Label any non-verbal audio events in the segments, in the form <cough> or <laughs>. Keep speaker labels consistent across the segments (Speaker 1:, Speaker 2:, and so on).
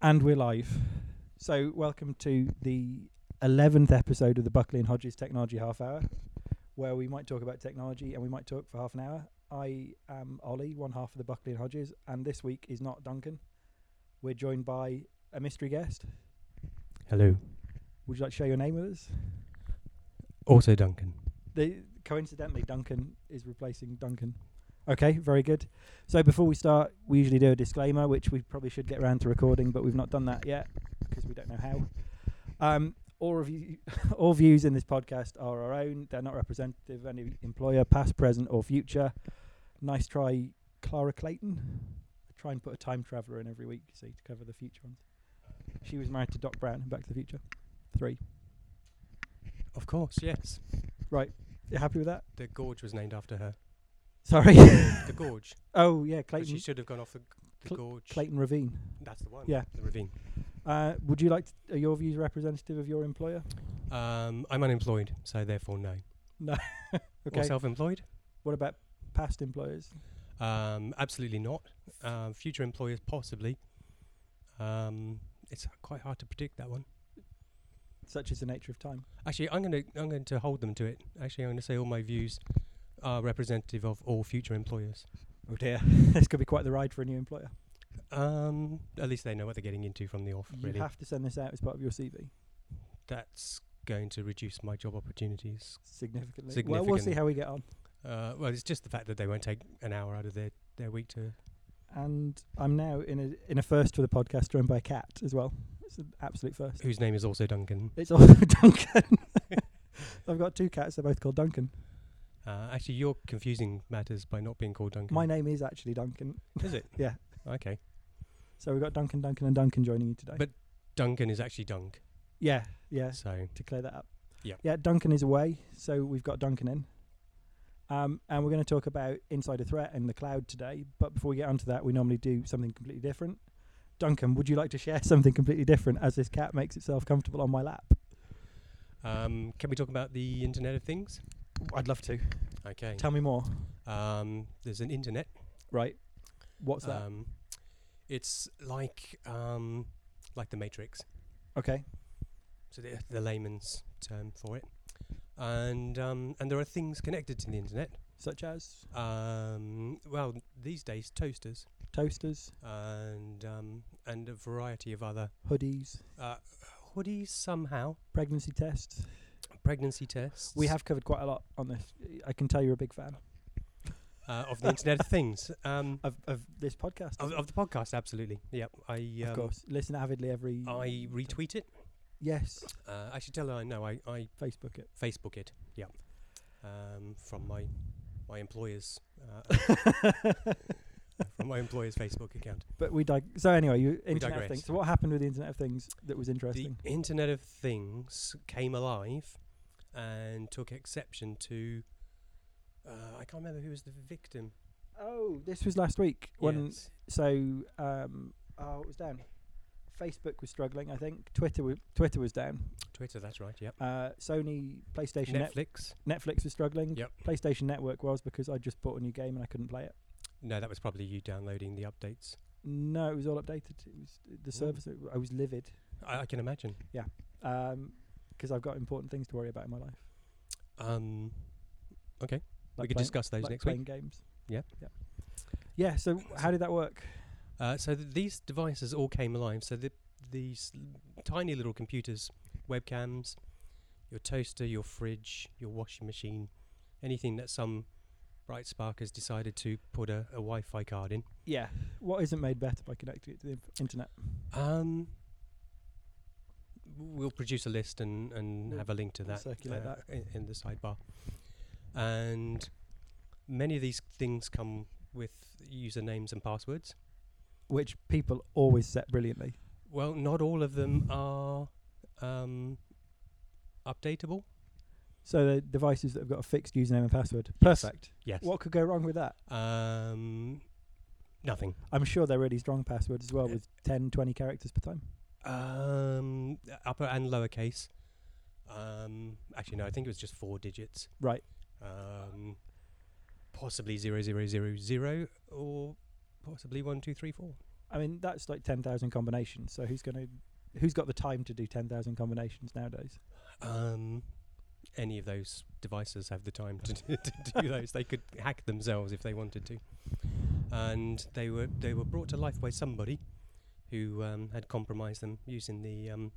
Speaker 1: And we're live. So, welcome to the 11th episode of the Buckley and Hodges Technology Half Hour, where we might talk about technology and we might talk for half an hour. I am Ollie, one half of the Buckley and Hodges, and this week is not Duncan. We're joined by a mystery guest.
Speaker 2: Hello.
Speaker 1: Would you like to share your name with us?
Speaker 2: Also, Duncan.
Speaker 1: The, coincidentally, Duncan is replacing Duncan. Okay, very good. So before we start, we usually do a disclaimer, which we probably should get around to recording, but we've not done that yet because we don't know how. Um, all review, <laughs> all views in this podcast are our own. They're not representative of any employer, past, present, or future. Nice try, Clara Clayton. I try and put a time traveller in every week, see, to cover the future ones. She was married to Doc Brown in Back to the Future. Three.
Speaker 2: Of course, yes.
Speaker 1: You happy with that?
Speaker 2: The gorge was named after her.
Speaker 1: Sorry. <laughs>
Speaker 2: The gorge.
Speaker 1: oh yeah,
Speaker 2: But
Speaker 1: <coughs>
Speaker 2: She
Speaker 1: Clayton.
Speaker 2: should have gone off the, the
Speaker 1: Cl-
Speaker 2: gorge.
Speaker 1: Clayton Ravine.
Speaker 2: That's the one.
Speaker 1: Yeah.
Speaker 2: The ravine.
Speaker 1: Uh, would you like to, are your views representative of your employer?
Speaker 2: Um, I'm unemployed, so therefore no.
Speaker 1: Okay.
Speaker 2: Or self-employed?
Speaker 1: what about past employers?
Speaker 2: Um, absolutely not. Um, future employers possibly. Um, it's quite hard to predict that one.
Speaker 1: Such is the nature of time.
Speaker 2: Actually, I'm going to I'm going to hold them to it. Actually, I'm going to say all my views are representative of all future employers.
Speaker 1: Oh dear, <laughs> this could be quite the ride for a new employer.
Speaker 2: Um, at least they know what they're getting into from the off.
Speaker 1: You
Speaker 2: really,
Speaker 1: have to send this out as part of your CV
Speaker 2: that's going to reduce my job opportunities
Speaker 1: significantly. Well, we'll see
Speaker 2: Significantly.
Speaker 1: how we get on.
Speaker 2: Uh, well, it's just the fact that they won't take an hour out of their, their week to.
Speaker 1: And I'm now in a in a first for the podcast, joined by a cat as well. It's an absolute first.
Speaker 2: Whose name is also Duncan.
Speaker 1: It's also <laughs> Duncan. I've got two cats. They're both called Duncan.
Speaker 2: Uh, actually, you're confusing matters by not being called Duncan.
Speaker 1: My name is actually Duncan.
Speaker 2: is it?
Speaker 1: <laughs> Yeah.
Speaker 2: Okay.
Speaker 1: So we've got Duncan, Duncan, and Duncan joining you today.
Speaker 2: But- Duncan is actually Dunk.
Speaker 1: yeah, yeah.
Speaker 2: So
Speaker 1: to clear that up.
Speaker 2: Yeah.
Speaker 1: Yeah, Duncan is away, so we've got Duncan in. Um, and we're going to talk about insider threat and the cloud today. But before we get onto that, we normally do something completely different. Duncan, would you like to share <laughs> something completely different as this cat makes itself comfortable on my lap?
Speaker 2: um, can we talk about the Internet of Things?
Speaker 1: I'd love to.
Speaker 2: Okay.
Speaker 1: Tell me more.
Speaker 2: Um, there's an Internet.
Speaker 1: Right. What's that?
Speaker 2: Um, it's like um, like the Matrix.
Speaker 1: okay.
Speaker 2: So the, the layman's term for it. And um, and there are things connected to the Internet.
Speaker 1: Such as
Speaker 2: Um, well, these days, toasters.
Speaker 1: toasters,
Speaker 2: and um, and a variety of other
Speaker 1: hoodies,
Speaker 2: uh, hoodies somehow
Speaker 1: pregnancy tests.
Speaker 2: pregnancy tests
Speaker 1: We have covered quite a lot on this. I can tell you're a big fan
Speaker 2: uh, of the internet of things um,
Speaker 1: of, of this podcast.
Speaker 2: of, of the podcast absolutely yep I um,
Speaker 1: of course. Listen avidly every.
Speaker 2: I retweet it
Speaker 1: Yes.
Speaker 2: uh, I should tell her I know I, I
Speaker 1: Facebook it.
Speaker 2: Facebook it yep um, from my my employer's
Speaker 1: <laughs>
Speaker 2: uh, from my employer's Facebook account
Speaker 1: But we dig- so anyway, you Internet of
Speaker 2: digress.
Speaker 1: Things. So what happened with the Internet of Things that was
Speaker 2: the
Speaker 1: interesting?
Speaker 2: Internet of Things came alive and took exception to uh, I can't remember who was the victim
Speaker 1: oh, this was last week when
Speaker 2: Yes.
Speaker 1: so um oh it was down. Facebook was struggling, I think. Twitter was Twitter was down.
Speaker 2: Twitter, that's right. Yep.
Speaker 1: Uh, Sony PlayStation Net-
Speaker 2: Netflix.
Speaker 1: Netflix was struggling.
Speaker 2: Yep.
Speaker 1: PlayStation Network was because I just bought a new game and I couldn't play it.
Speaker 2: No, that was probably you downloading the updates.
Speaker 1: No, it was all updated. It was the service. I was livid
Speaker 2: I, I can imagine.
Speaker 1: because I've got important things to worry about in my life.
Speaker 2: Um, we
Speaker 1: like
Speaker 2: could
Speaker 1: play-
Speaker 2: discuss those
Speaker 1: like
Speaker 2: next
Speaker 1: playing
Speaker 2: week.
Speaker 1: games.
Speaker 2: Yep.
Speaker 1: Yeah. Yeah. So how did that work?
Speaker 2: Uh, so th- these devices all came alive. So the, these l- tiny little computers, webcams, your toaster, your fridge, your washing machine, anything that some bright spark has decided to put a, a Wi-Fi card in.
Speaker 1: Yeah. What isn't made better by connecting it to the inf- internet?
Speaker 2: Um, we'll produce a list and, and
Speaker 1: We'll-
Speaker 2: have a link to
Speaker 1: we'll
Speaker 2: that,
Speaker 1: circulate
Speaker 2: uh, i- In, the sidebar. And many of these things come with usernames and passwords.
Speaker 1: Which people always set brilliantly.
Speaker 2: Well, not all of them are um, updatable.
Speaker 1: So the devices that have got a fixed username and password.
Speaker 2: Yes.
Speaker 1: Perfect.
Speaker 2: Yes.
Speaker 1: What could go wrong with that?
Speaker 2: Um, nothing.
Speaker 1: I'm sure they're really strong passwords as well
Speaker 2: Yeah.
Speaker 1: with 10, 20 characters per time.
Speaker 2: Um, upper and lowercase. Um, actually, no, I think it was just four digits.
Speaker 1: Right.
Speaker 2: um, possibly zero zero zero zero or possibly one two three four.
Speaker 1: I mean, that's like ten thousand combinations. So who's gonna, who's got the time to do ten thousand combinations nowadays?
Speaker 2: Um, any of those devices have the time to, <laughs> do- to do those. They could hack themselves if they wanted to. And they were they were brought to life by somebody who um, had compromised them using the um,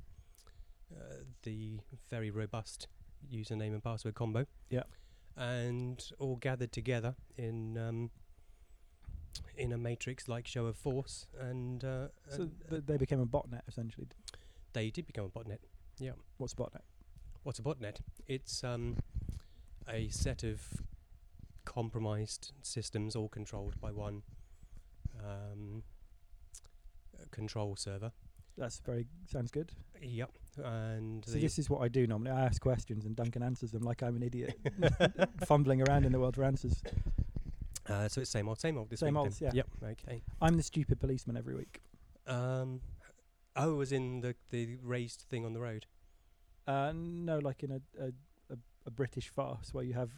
Speaker 2: uh, the very robust username and password combo.
Speaker 1: Yep.
Speaker 2: And all gathered together in um, in a matrix-like show of force, and uh,
Speaker 1: So
Speaker 2: and
Speaker 1: th- they became a botnet essentially.
Speaker 2: they did become a botnet.
Speaker 1: What's a botnet?
Speaker 2: What's a botnet? It's um, a set of compromised systems, all controlled by one um, uh, control server.
Speaker 1: That's very sounds good.
Speaker 2: Yep, and
Speaker 1: So
Speaker 2: the-
Speaker 1: this is what I do normally. I ask questions and Duncan answers them like I'm an idiot, <laughs> fumbling around in the world for answers.
Speaker 2: uh, so it's same old, same old. This
Speaker 1: Same
Speaker 2: week
Speaker 1: old,
Speaker 2: then.
Speaker 1: yeah.
Speaker 2: Yep. Okay.
Speaker 1: I'm the stupid policeman every week.
Speaker 2: Um, oh, was in the the raised thing on the road.
Speaker 1: Uh, no, like in a, a, a, a British farce where you have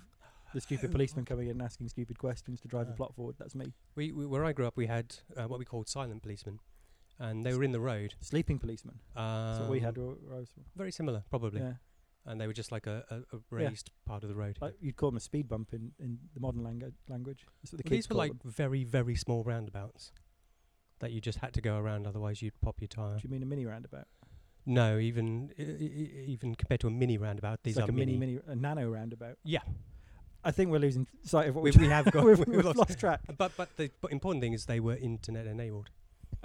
Speaker 1: the stupid
Speaker 2: Oh, <laughs>
Speaker 1: policeman coming in and asking stupid questions to drive the
Speaker 2: Ah.
Speaker 1: plot forward. That's me.
Speaker 2: We, we where I grew up, we had uh, what we called silent policemen, and they were in the road.
Speaker 1: Sleeping policeman.
Speaker 2: Um,
Speaker 1: That's what we had. Where, where I was from.
Speaker 2: Very similar, probably,
Speaker 1: Yeah.
Speaker 2: and they were just like a, a, a raised part of the road.
Speaker 1: Like you'd call them a speed bump in, in the modern langu- language. That's what the
Speaker 2: Well,
Speaker 1: kids
Speaker 2: These were
Speaker 1: call
Speaker 2: like
Speaker 1: them.
Speaker 2: very, very small roundabouts that you just had to go around, otherwise you'd pop your
Speaker 1: Do
Speaker 2: tyre.
Speaker 1: you mean a mini roundabout?
Speaker 2: No, even e- e- e- even compared to a mini roundabout, these
Speaker 1: it's like
Speaker 2: are
Speaker 1: a
Speaker 2: mini.
Speaker 1: mini, a nano roundabout.
Speaker 2: Yeah.
Speaker 1: I think we're losing sight of what
Speaker 2: We,
Speaker 1: we're
Speaker 2: we have
Speaker 1: <laughs>
Speaker 2: <laughs> got.
Speaker 1: we've,
Speaker 2: we've
Speaker 1: we've
Speaker 2: lost-
Speaker 1: lost track.
Speaker 2: <laughs> But but the p- important thing is they were internet enabled.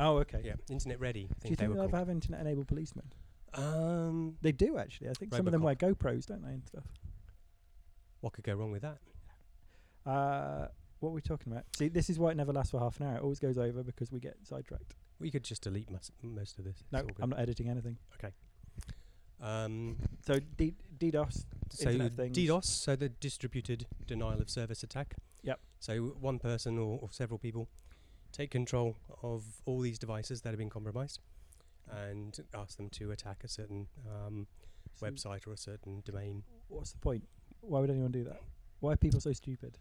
Speaker 1: Oh, okay.
Speaker 2: Yeah, internet
Speaker 1: Do
Speaker 2: ready. I
Speaker 1: you
Speaker 2: think they
Speaker 1: think
Speaker 2: were
Speaker 1: they'll ever
Speaker 2: called.
Speaker 1: have internet-enabled policemen?
Speaker 2: Um,
Speaker 1: They do actually. I think some of them
Speaker 2: Robocop.
Speaker 1: wear GoPros, don't they, and stuff.
Speaker 2: what could go wrong with that?
Speaker 1: Uh, what were we talking about? See, this is why it never lasts for half an hour. It always goes over because we get sidetracked.
Speaker 2: We could just delete most, most of this. It's
Speaker 1: No,
Speaker 2: all good.
Speaker 1: I'm not editing anything.
Speaker 2: Um,
Speaker 1: So D- DDoS.
Speaker 2: so
Speaker 1: Internet of Things.
Speaker 2: DDoS, so the distributed denial of service attack.
Speaker 1: Yep.
Speaker 2: So one person or, or several people take control of all these devices that have been compromised and ask them to attack a certain um,
Speaker 1: so
Speaker 2: website or a certain domain.
Speaker 1: What's the point? Why would anyone do that? Why are people so stupid?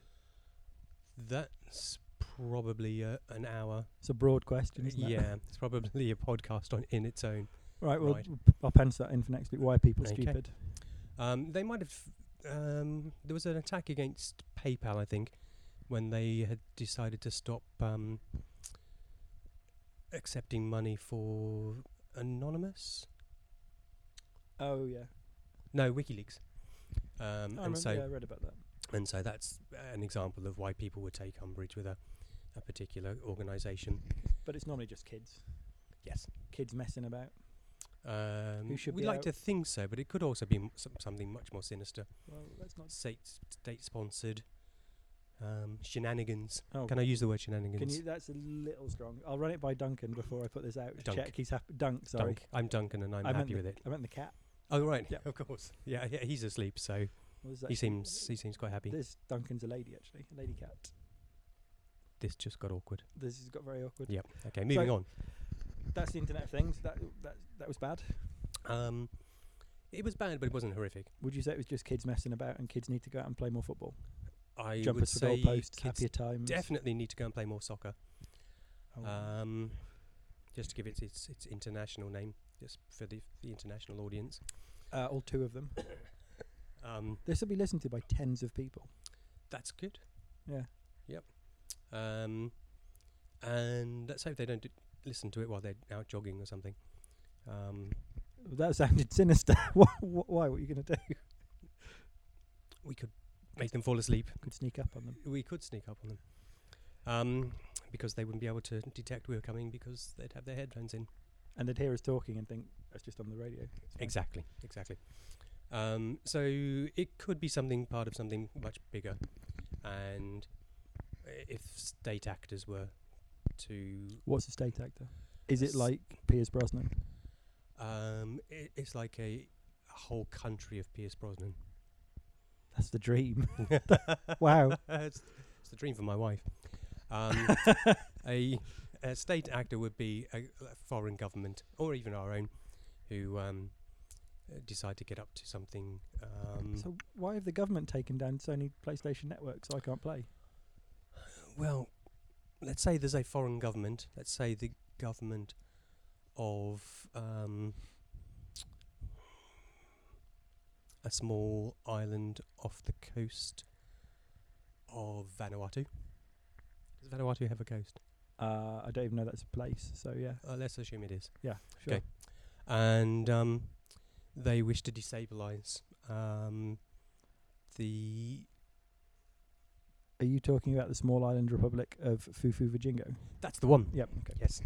Speaker 2: That's probably uh, an hour.
Speaker 1: It's a broad question, isn't it?
Speaker 2: yeah, it's probably a podcast on in its own.
Speaker 1: Right. Well,
Speaker 2: Right.
Speaker 1: p- I'll pencil that in for next week. Why are people
Speaker 2: Okay.
Speaker 1: stupid?
Speaker 2: Um, they might have. Um, there was an attack against PayPal, I think, when they had decided to stop um, accepting money for anonymous.
Speaker 1: Oh yeah.
Speaker 2: No, WikiLeaks. Um,
Speaker 1: I
Speaker 2: and
Speaker 1: remember.
Speaker 2: so,
Speaker 1: yeah, I read about that.
Speaker 2: and so that's an example of why people would take umbrage with a, a particular organisation.
Speaker 1: But it's normally just kids.
Speaker 2: Yes.
Speaker 1: Kids messing about.
Speaker 2: Um,
Speaker 1: should
Speaker 2: we'd
Speaker 1: be
Speaker 2: like
Speaker 1: out-
Speaker 2: to think so, but it could also be m- some, something much more sinister,
Speaker 1: Well, let's not.
Speaker 2: state state sponsored um, shenanigans.
Speaker 1: Oh.
Speaker 2: Can I use the word shenanigans?
Speaker 1: Can you? That's a little strong. I'll run it by Duncan before I put this out. to
Speaker 2: Dunk.
Speaker 1: Check he's happy. Dunk. Sorry.
Speaker 2: Dunk. I'm Duncan and I'm
Speaker 1: I meant
Speaker 2: happy
Speaker 1: the-
Speaker 2: with it.
Speaker 1: I meant the cat.
Speaker 2: Oh right,
Speaker 1: Yep.
Speaker 2: of course. Yeah, yeah, he's asleep, so
Speaker 1: What is that?
Speaker 2: he seems he seems quite happy.
Speaker 1: This Duncan's a lady actually, a lady cat.
Speaker 2: This just got awkward.
Speaker 1: This has got very awkward.
Speaker 2: Yep. Okay, moving
Speaker 1: So-
Speaker 2: on.
Speaker 1: That's the Internet of Things. That that that was bad.
Speaker 2: Um, it was bad, but it wasn't horrific.
Speaker 1: Would you say it was just kids messing about and kids need to go out and play more football?
Speaker 2: I
Speaker 1: Jump
Speaker 2: would
Speaker 1: us for
Speaker 2: say
Speaker 1: goalposts,
Speaker 2: kids
Speaker 1: happier times.
Speaker 2: definitely need to go and play more soccer.
Speaker 1: Oh,
Speaker 2: Um, just to give it its its international name, just for the the international audience.
Speaker 1: uh, all two of them.
Speaker 2: Um,
Speaker 1: This will be listened to by tens of people.
Speaker 2: that's good.
Speaker 1: Yeah.
Speaker 2: Yep. Um, and let's hope they don't d- listen to it while they're out jogging or something. Um,
Speaker 1: That sounded <laughs> sinister. Wha- wha- Why? What are you going to do?
Speaker 2: we could make them fall asleep.
Speaker 1: Could sneak up on them.
Speaker 2: We could sneak up on them. Um, because they wouldn't be able to detect we were coming because they'd have their headphones in.
Speaker 1: And they'd hear us talking and think, that's just on the radio. It's fine."
Speaker 2: Exactly, exactly. Um, so it could be something part of something much bigger, and i- if state actors were to,
Speaker 1: What's a state actor? Is it
Speaker 2: S-
Speaker 1: like Piers Brosnan?
Speaker 2: um, i it's like a, a whole country of Pierce Brosnan.
Speaker 1: That's the dream.
Speaker 2: <laughs>
Speaker 1: wow.
Speaker 2: it's, it's the dream for my wife.
Speaker 1: <laughs>
Speaker 2: Um, a, a state actor would be a, a foreign government or even our own who um, uh, decide to get up to something. Um,
Speaker 1: So why have the government taken down Sony PlayStation Network so I can't play?
Speaker 2: well, let's say there's a foreign government. Let's say the government of um, a small island off the coast of Vanuatu. Does Vanuatu have a coast?
Speaker 1: Uh, I don't even know that's a place. So yeah,
Speaker 2: Uh, let's assume it is.
Speaker 1: yeah, sure.
Speaker 2: 'Kay. And um, they wish to destabilize um, the.
Speaker 1: Are you talking about the small island republic of Fufu Vijingo?
Speaker 2: That's the one.
Speaker 1: Yep. Okay.
Speaker 2: Yes.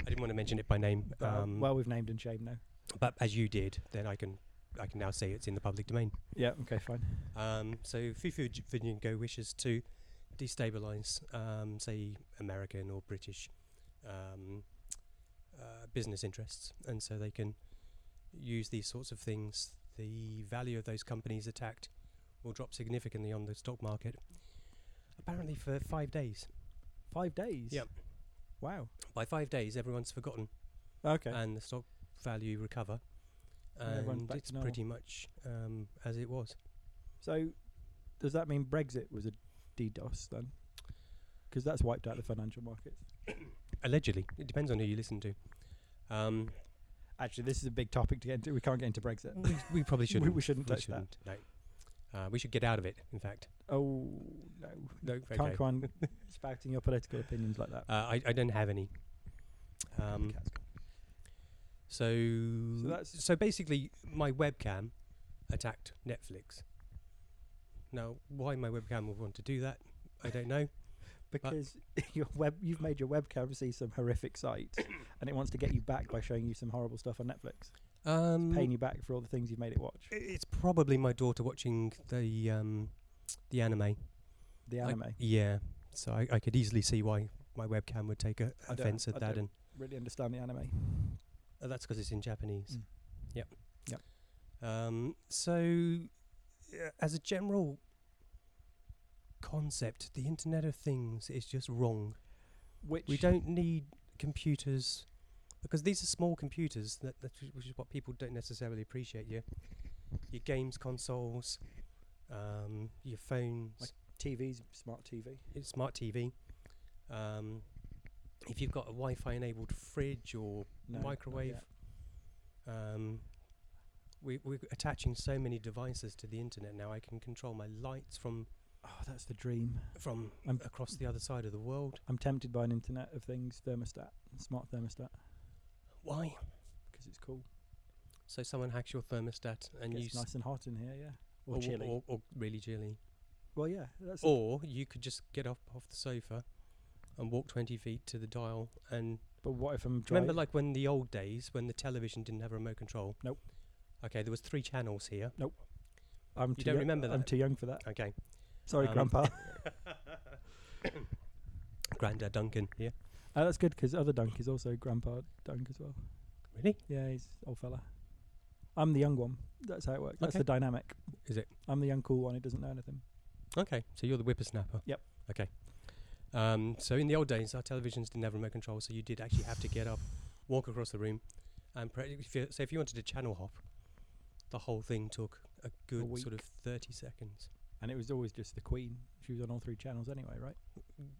Speaker 2: I didn't want to mention it by name.
Speaker 1: Uh,
Speaker 2: Um,
Speaker 1: well, we've named and shamed now.
Speaker 2: but as you did, then I can I can now say it's in the public domain.
Speaker 1: Yeah. Okay. Fine.
Speaker 2: Um, so Fufu J- Vijingo wishes to destabilize, um, say, American or British um, uh, business interests, and so they can use these sorts of things. The value of those companies attacked will drop significantly on the stock market, apparently for five days.
Speaker 1: Five days.
Speaker 2: Yep.
Speaker 1: Wow.
Speaker 2: By five days, everyone's forgotten,
Speaker 1: Okay.
Speaker 2: and the stock value recover,
Speaker 1: And everyone's
Speaker 2: and
Speaker 1: back
Speaker 2: it's
Speaker 1: to normal.
Speaker 2: pretty much um, as it was.
Speaker 1: so, does that mean Brexit was a DDoS then? Because that's wiped out the financial markets.
Speaker 2: Allegedly, it depends on who you listen to. Um,
Speaker 1: Actually, this is a big topic to get into. We can't get into Brexit.
Speaker 2: <laughs> we, we probably
Speaker 1: <laughs>
Speaker 2: shouldn't.
Speaker 1: we shouldn't touch that.
Speaker 2: that. No. Uh, we should get out of it, in fact.
Speaker 1: Oh no,
Speaker 2: No,
Speaker 1: can't
Speaker 2: okay.
Speaker 1: go
Speaker 2: <laughs>
Speaker 1: on spouting your political opinions like that.
Speaker 2: Uh, I, I don't have any. Um,
Speaker 1: Cat's gone.
Speaker 2: so, so,
Speaker 1: that's-
Speaker 2: basically, my webcam attacked Netflix. Now, why my webcam would want to do that, I don't know.
Speaker 1: because <laughs> your web, you've made your webcam see some horrific
Speaker 2: <coughs>
Speaker 1: sights, and it wants to get you back by showing you some horrible stuff on Netflix,
Speaker 2: Um,
Speaker 1: paying you back for all the things you've made it watch.
Speaker 2: i- It's probably my daughter watching the um, the anime.
Speaker 1: The
Speaker 2: I-
Speaker 1: anime.
Speaker 2: yeah, so I, I could easily see why my webcam would take a,
Speaker 1: I don't-
Speaker 2: offense
Speaker 1: I
Speaker 2: at that,
Speaker 1: don't
Speaker 2: and
Speaker 1: really understand the anime.
Speaker 2: Uh, that's because it's in Japanese.
Speaker 1: Mm.
Speaker 2: Yep.
Speaker 1: Yep.
Speaker 2: Um, so, uh, as a general concept, the Internet of Things is just wrong.
Speaker 1: Which
Speaker 2: We don't need computers because these are small computers. That, that's wh- which is what people don't necessarily appreciate. Your your games consoles, um, your phones,
Speaker 1: Like- TV's smart TV.
Speaker 2: your smart TV. Um, if you've got a Wi-Fi enabled fridge or
Speaker 1: No, not
Speaker 2: microwave.
Speaker 1: yet.
Speaker 2: Um, we, we're attaching so many devices to the internet now. I can control my lights from
Speaker 1: Oh, that's the dream.
Speaker 2: from
Speaker 1: I'm-
Speaker 2: across the other side of the world.
Speaker 1: I'm tempted by an Internet of Things thermostat, smart thermostat,
Speaker 2: Why?
Speaker 1: because it's cool.
Speaker 2: So someone hacks your thermostat and you
Speaker 1: it's
Speaker 2: s-
Speaker 1: nice and hot in here, yeah. Or,
Speaker 2: or,
Speaker 1: chilly.
Speaker 2: or, or really chilly.
Speaker 1: well, yeah. That's the-
Speaker 2: Or you could just get up off the sofa and walk twenty feet to the dial and
Speaker 1: but what if I'm
Speaker 2: Do you
Speaker 1: driving?
Speaker 2: remember like when the old days when the television didn't have a remote control?
Speaker 1: Nope.
Speaker 2: Okay, there was three channels here.
Speaker 1: I'm
Speaker 2: you
Speaker 1: too
Speaker 2: don't
Speaker 1: young-
Speaker 2: remember
Speaker 1: I'm
Speaker 2: that?
Speaker 1: too young for that.
Speaker 2: Okay.
Speaker 1: Sorry,
Speaker 2: Um, <laughs>
Speaker 1: Grandpa.
Speaker 2: Grandad Duncan here.
Speaker 1: Uh, that's good 'cause other Dunk is also Grandpa Dunk as well.
Speaker 2: Really?
Speaker 1: Yeah, he's old fella. I'm the young one. That's how it works. That's
Speaker 2: Okay.
Speaker 1: the dynamic.
Speaker 2: Is it?
Speaker 1: I'm the young cool one who doesn't know anything.
Speaker 2: Okay, so you're the whippersnapper.
Speaker 1: Yep.
Speaker 2: Okay. Um, so in the old days, our televisions didn't have remote control, so you did actually have to get up, walk across the room, and pre- if you, so if you wanted to channel hop, the whole thing took a good
Speaker 1: week.
Speaker 2: sort of thirty seconds.
Speaker 1: And it was always just the Queen. She was on all three channels anyway, right?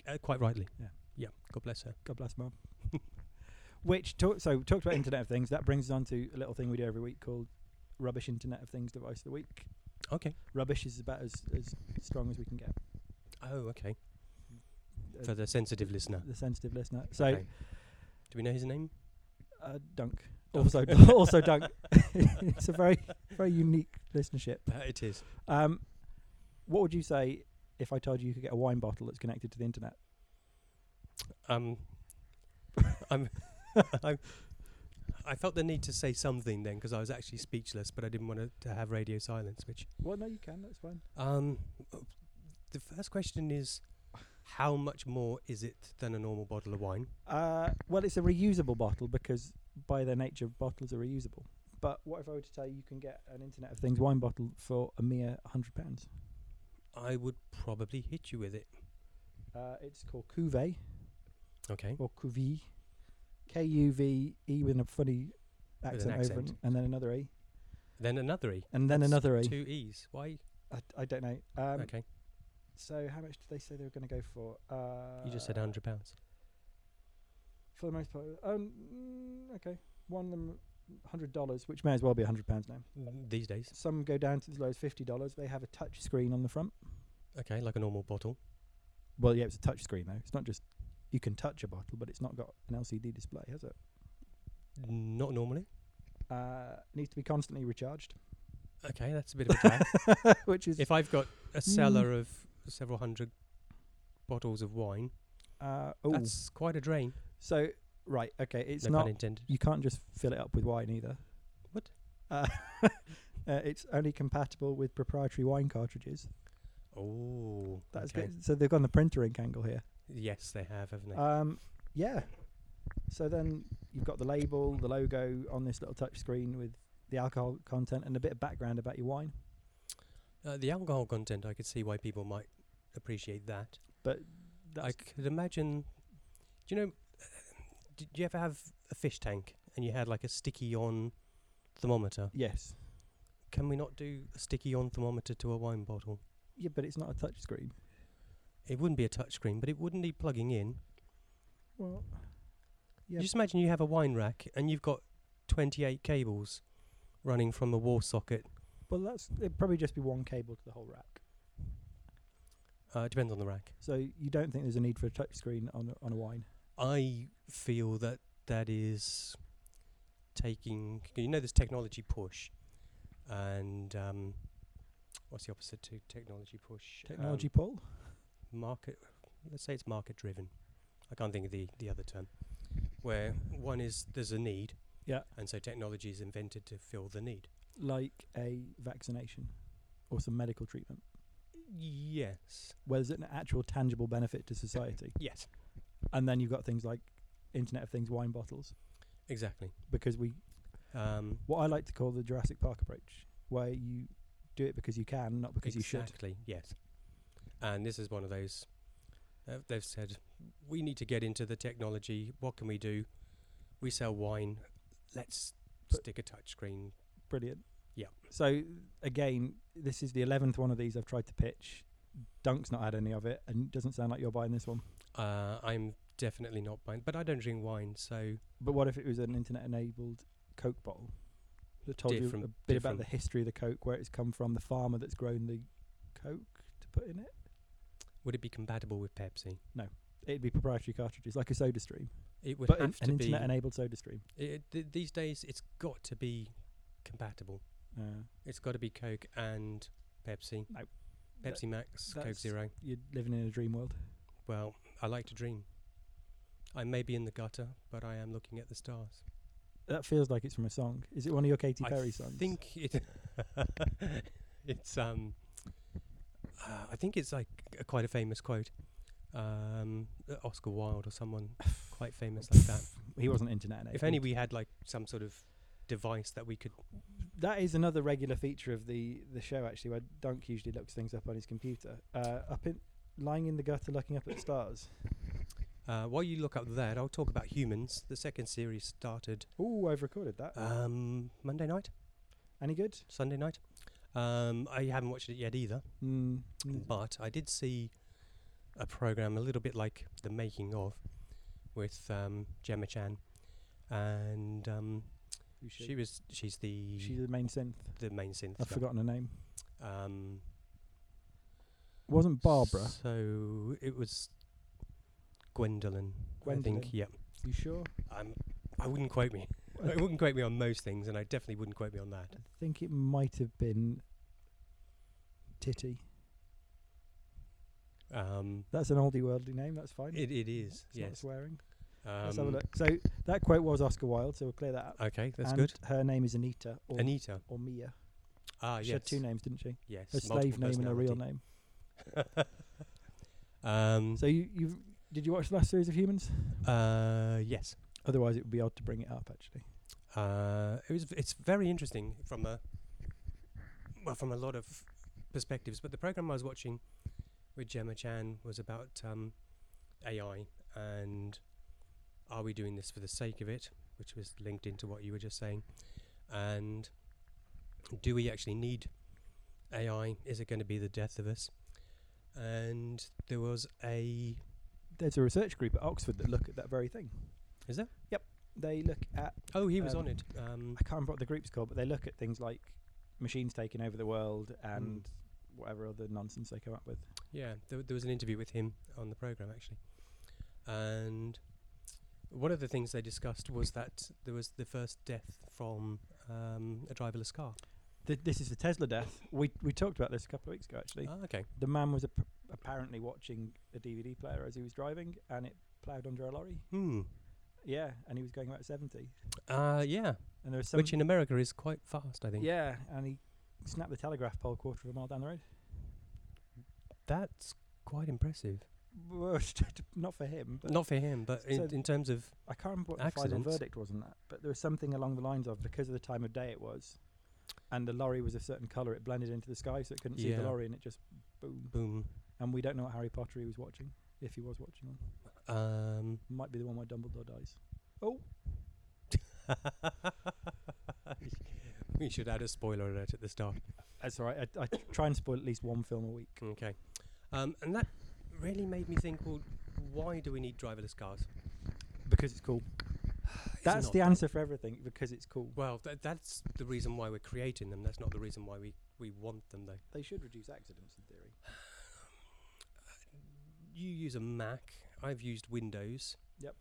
Speaker 2: Uh, quite rightly.
Speaker 1: Yeah.
Speaker 2: Yeah. God bless her.
Speaker 1: God bless mum. <laughs> Which talk, so we talked about Internet of Things. That brings us on to a little thing we do every week called rubbish Internet of Things device of the week.
Speaker 2: Okay.
Speaker 1: Rubbish is about as, as strong as we can get.
Speaker 2: Oh, okay.
Speaker 1: Uh,
Speaker 2: For the sensitive listener.
Speaker 1: The sensitive listener. So
Speaker 2: Okay. Do we know his name?
Speaker 1: uh, Dunk.
Speaker 2: Dunk. <laughs>
Speaker 1: Also, also Dunk. <laughs> it's a very very unique listenership.
Speaker 2: Uh, it is.
Speaker 1: Um, what would you say if I told you you could get a wine bottle that's connected to the internet?
Speaker 2: Um, <laughs> I'm, I'm, I felt the need to say something then because I was actually speechless, but I didn't want to have radio silence. Which,
Speaker 1: Well, no, you can. That's fine.
Speaker 2: um, the first question is, how much more is it than a normal bottle of wine?
Speaker 1: Uh, well, it's a reusable bottle because by their nature, bottles are reusable. But what if I were to tell you you can get an Internet of Things wine bottle for a mere hundred pounds?
Speaker 2: I would probably hit you with it.
Speaker 1: Uh, it's called Cuvée
Speaker 2: Okay.
Speaker 1: or Cuvée, K U V E with a funny
Speaker 2: an
Speaker 1: accent, over
Speaker 2: accent.
Speaker 1: it, and then another E,
Speaker 2: Then another E.
Speaker 1: and then
Speaker 2: That's
Speaker 1: another E.
Speaker 2: Two E's. Why?
Speaker 1: I, I don't know. Um,
Speaker 2: okay.
Speaker 1: So how much did they say they were going to go for? Uh,
Speaker 2: You just said hundred pounds.
Speaker 1: for the most part. Um, mm, okay, one of them hundred dollars, which may as well be a hundred pounds now.
Speaker 2: These days.
Speaker 1: Some go down to as low as fifty dollars. They have a touch screen on the front.
Speaker 2: Okay, like a normal bottle.
Speaker 1: Well, yeah, it's a touch screen though. It's not just you can touch a bottle, but it's not got an LCD display, has it?
Speaker 2: Not normally.
Speaker 1: Uh, needs to be constantly recharged, <laughs>
Speaker 2: Okay, that's a bit of a drag.
Speaker 1: which is
Speaker 2: if I've got a
Speaker 1: Mm.
Speaker 2: cellar of several hundred bottles of wine,
Speaker 1: uh, oh,
Speaker 2: that's quite a drain.
Speaker 1: so right. Okay, it's
Speaker 2: no
Speaker 1: not.
Speaker 2: pun intended.
Speaker 1: You can't just fill it up with wine either.
Speaker 2: What?
Speaker 1: Uh, <laughs> uh, it's only compatible with proprietary wine cartridges.
Speaker 2: Oh,
Speaker 1: That's
Speaker 2: okay.
Speaker 1: good. So they've gone the printer ink angle here.
Speaker 2: Yes, they have, haven't they?
Speaker 1: Um, yeah. So then you've got the label, the logo on this little touch screen with the alcohol content and a bit of background about your wine.
Speaker 2: Uh, the alcohol content, I could see why people might appreciate that.
Speaker 1: But
Speaker 2: I
Speaker 1: that's
Speaker 2: could imagine. Do you know? Did you ever have a fish tank and you had like a sticky on thermometer?
Speaker 1: yes.
Speaker 2: Can we not do a sticky on thermometer to a wine bottle?
Speaker 1: Yeah, but it's not a touch screen.
Speaker 2: It wouldn't be a touchscreen, but it wouldn't need plugging in.
Speaker 1: Well, yeah.
Speaker 2: Just imagine you have a wine rack and you've got 28 cables running from a wall socket.
Speaker 1: well, that's it'd probably just be one cable to the whole rack.
Speaker 2: Uh, it depends on the rack.
Speaker 1: So you don't think there's a need for a touch screen on a, on a wine?
Speaker 2: I feel that that is taking. You know, this technology push, and um, what's the opposite to technology push?
Speaker 1: Technology Paul.
Speaker 2: um, market. Let's say it's market driven. I can't think of the the other term. Where one is there's a need,
Speaker 1: Yeah.
Speaker 2: and so technology is invented to fill the need.
Speaker 1: Like a vaccination or some medical treatment,
Speaker 2: Yes.
Speaker 1: where there's an actual tangible benefit to society.
Speaker 2: Yes.
Speaker 1: And then you've got things like Internet of Things wine bottles,
Speaker 2: Exactly.
Speaker 1: because we
Speaker 2: Um,
Speaker 1: what I like to call the Jurassic Park approach, where you do it because you can, not because you should.
Speaker 2: Exactly, yes. And this is one of those. Uh, they've said, we need to get into the technology. What can we do? We sell wine. Let's
Speaker 1: But-
Speaker 2: stick a touchscreen.
Speaker 1: Brilliant.
Speaker 2: Yeah.
Speaker 1: So again, this is the eleventh one of these I've tried to pitch. Dunk's not had any of it, and it doesn't sound like you're buying this one.
Speaker 2: Uh, I'm definitely not buying, but I don't drink wine, so
Speaker 1: But what if it was an internet-enabled Coke bottle that told you
Speaker 2: Different-
Speaker 1: a bit about
Speaker 2: different.
Speaker 1: the history of the Coke, where it's come from, the farmer that's grown the Coke to put in it?
Speaker 2: would it be compatible with Pepsi?
Speaker 1: It'd be proprietary cartridges, like a Soda Stream,
Speaker 2: It would
Speaker 1: but an,
Speaker 2: have
Speaker 1: an
Speaker 2: to be.
Speaker 1: internet-enabled Soda Stream.
Speaker 2: it, th- these days, it's got to be compatible.
Speaker 1: Uh,
Speaker 2: It's got to be Coke and Pepsi.
Speaker 1: No.
Speaker 2: Pepsi Max, Coke
Speaker 1: that's-
Speaker 2: Zero.
Speaker 1: you're living in a dream world.
Speaker 2: Well, I like to dream. I may be in the gutter, but I am looking at the stars.
Speaker 1: That feels like it's from a song. Is it one of your Katy
Speaker 2: I
Speaker 1: Perry songs?
Speaker 2: think it <laughs> it's um uh, I think it's like a, quite a famous quote. Um uh, Oscar Wilde or someone quite famous like that.
Speaker 1: he wasn't internet enabled.
Speaker 2: If only we had like some sort of device that we could
Speaker 1: that is another regular feature of the the show actually, where Dunk usually looks things up on his computer. Uh, up in lying in the gutter, looking up at the stars.
Speaker 2: uh, while you look up that I'll talk about humans. The second series started
Speaker 1: Ooh, I've recorded that.
Speaker 2: um Monday night,
Speaker 1: Any good?
Speaker 2: Sunday night. Um I haven't watched it yet either.
Speaker 1: Mm, mm.
Speaker 2: But I did see a program a little bit like the making of with um, Gemma Chan, and um,
Speaker 1: Who should-
Speaker 2: she was she's the
Speaker 1: She's the main synth.
Speaker 2: the main synth.
Speaker 1: I've
Speaker 2: guy.
Speaker 1: forgotten her name.
Speaker 2: Um,
Speaker 1: Wasn't Barbara?
Speaker 2: So it was Gwendolyn. I
Speaker 1: Gwendolyn.
Speaker 2: think. Yeah.
Speaker 1: You sure?
Speaker 2: Um, I wouldn't
Speaker 1: <laughs>
Speaker 2: quote me.
Speaker 1: Okay.
Speaker 2: I wouldn't quote me on most things, and I definitely wouldn't quote me on that.
Speaker 1: I think it might have been Titty.
Speaker 2: Um,
Speaker 1: That's an oldie worldly name. That's fine.
Speaker 2: it, it is.
Speaker 1: It's not
Speaker 2: yes.
Speaker 1: swearing.
Speaker 2: Um,
Speaker 1: Let's have a look. So that quote was Oscar Wilde. So we'll clear that up.
Speaker 2: Okay, that's
Speaker 1: and
Speaker 2: good.
Speaker 1: Her name is Anita or,
Speaker 2: Anita.
Speaker 1: or Mia.
Speaker 2: Ah,
Speaker 1: she
Speaker 2: yes.
Speaker 1: had two names, didn't she?
Speaker 2: Yes.
Speaker 1: Her slave
Speaker 2: multiple
Speaker 1: name and her real
Speaker 2: personality.
Speaker 1: name.
Speaker 2: Um,
Speaker 1: So you you did you watch the last series of Humans?
Speaker 2: uh, yes,
Speaker 1: Otherwise, it would be odd to bring it up. Actually,
Speaker 2: uh, it was. It's very interesting from a well, from a lot of perspectives. But the program I was watching with Gemma Chan was about um, AI and are we doing this for the sake of it, which was linked into what you were just saying, and do we actually need AI? Is it going to be the death of us? And there was a
Speaker 1: there's a research group at Oxford that look at that very thing.
Speaker 2: Is there?
Speaker 1: They look at
Speaker 2: Oh, he was
Speaker 1: Um,
Speaker 2: on it. Um,
Speaker 1: I can't remember what the group's called, but they look at things like machines taking over the world and
Speaker 2: Hmm.
Speaker 1: whatever other nonsense they come up with.
Speaker 2: yeah, there, there was an interview with him on the program actually, and one of the things they discussed was that there was the first death from um, a driverless car.
Speaker 1: Th- this is the Tesla death. We we talked about this a couple of weeks ago actually.
Speaker 2: Ah, okay.
Speaker 1: The man was ap- apparently watching a DVD player as he was driving, and it ploughed under a lorry.
Speaker 2: Hmm.
Speaker 1: Yeah, and he was going about seventy.
Speaker 2: Uh, yeah,
Speaker 1: And there was some
Speaker 2: which in America is quite fast, I think.
Speaker 1: yeah, and he snapped the telegraph pole a quarter of a mile down the road.
Speaker 2: That's quite impressive.
Speaker 1: Well, <laughs> Not for him, but
Speaker 2: Not for him, but in,
Speaker 1: so-
Speaker 2: in terms of
Speaker 1: I can't remember what the
Speaker 2: Accidents.
Speaker 1: final verdict was on that, but there was something along the lines of because of the time of day it was, and the lorry was a certain colour, it blended into the sky, so it couldn't see
Speaker 2: Yeah.
Speaker 1: the lorry, and it just boom.
Speaker 2: boom,
Speaker 1: And we don't know what Harry Potter he was watching, if he was watching one.
Speaker 2: um,
Speaker 1: Might be the one where Dumbledore dies.
Speaker 2: we should add a spoiler alert at the start.
Speaker 1: That's all right. I, I try and spoil at least one film a week.
Speaker 2: Okay. Um, and that really made me think, well, why do we need driverless cars?
Speaker 1: because it's cool.
Speaker 2: It's
Speaker 1: That's
Speaker 2: not
Speaker 1: the
Speaker 2: that-
Speaker 1: answer for everything because it's cool.
Speaker 2: Well, tha that's the reason why we're creating them. That's not the reason why we, we want them, though.
Speaker 1: They should reduce accidents in theory.
Speaker 2: You use a Mac. I've used Windows.
Speaker 1: Yep.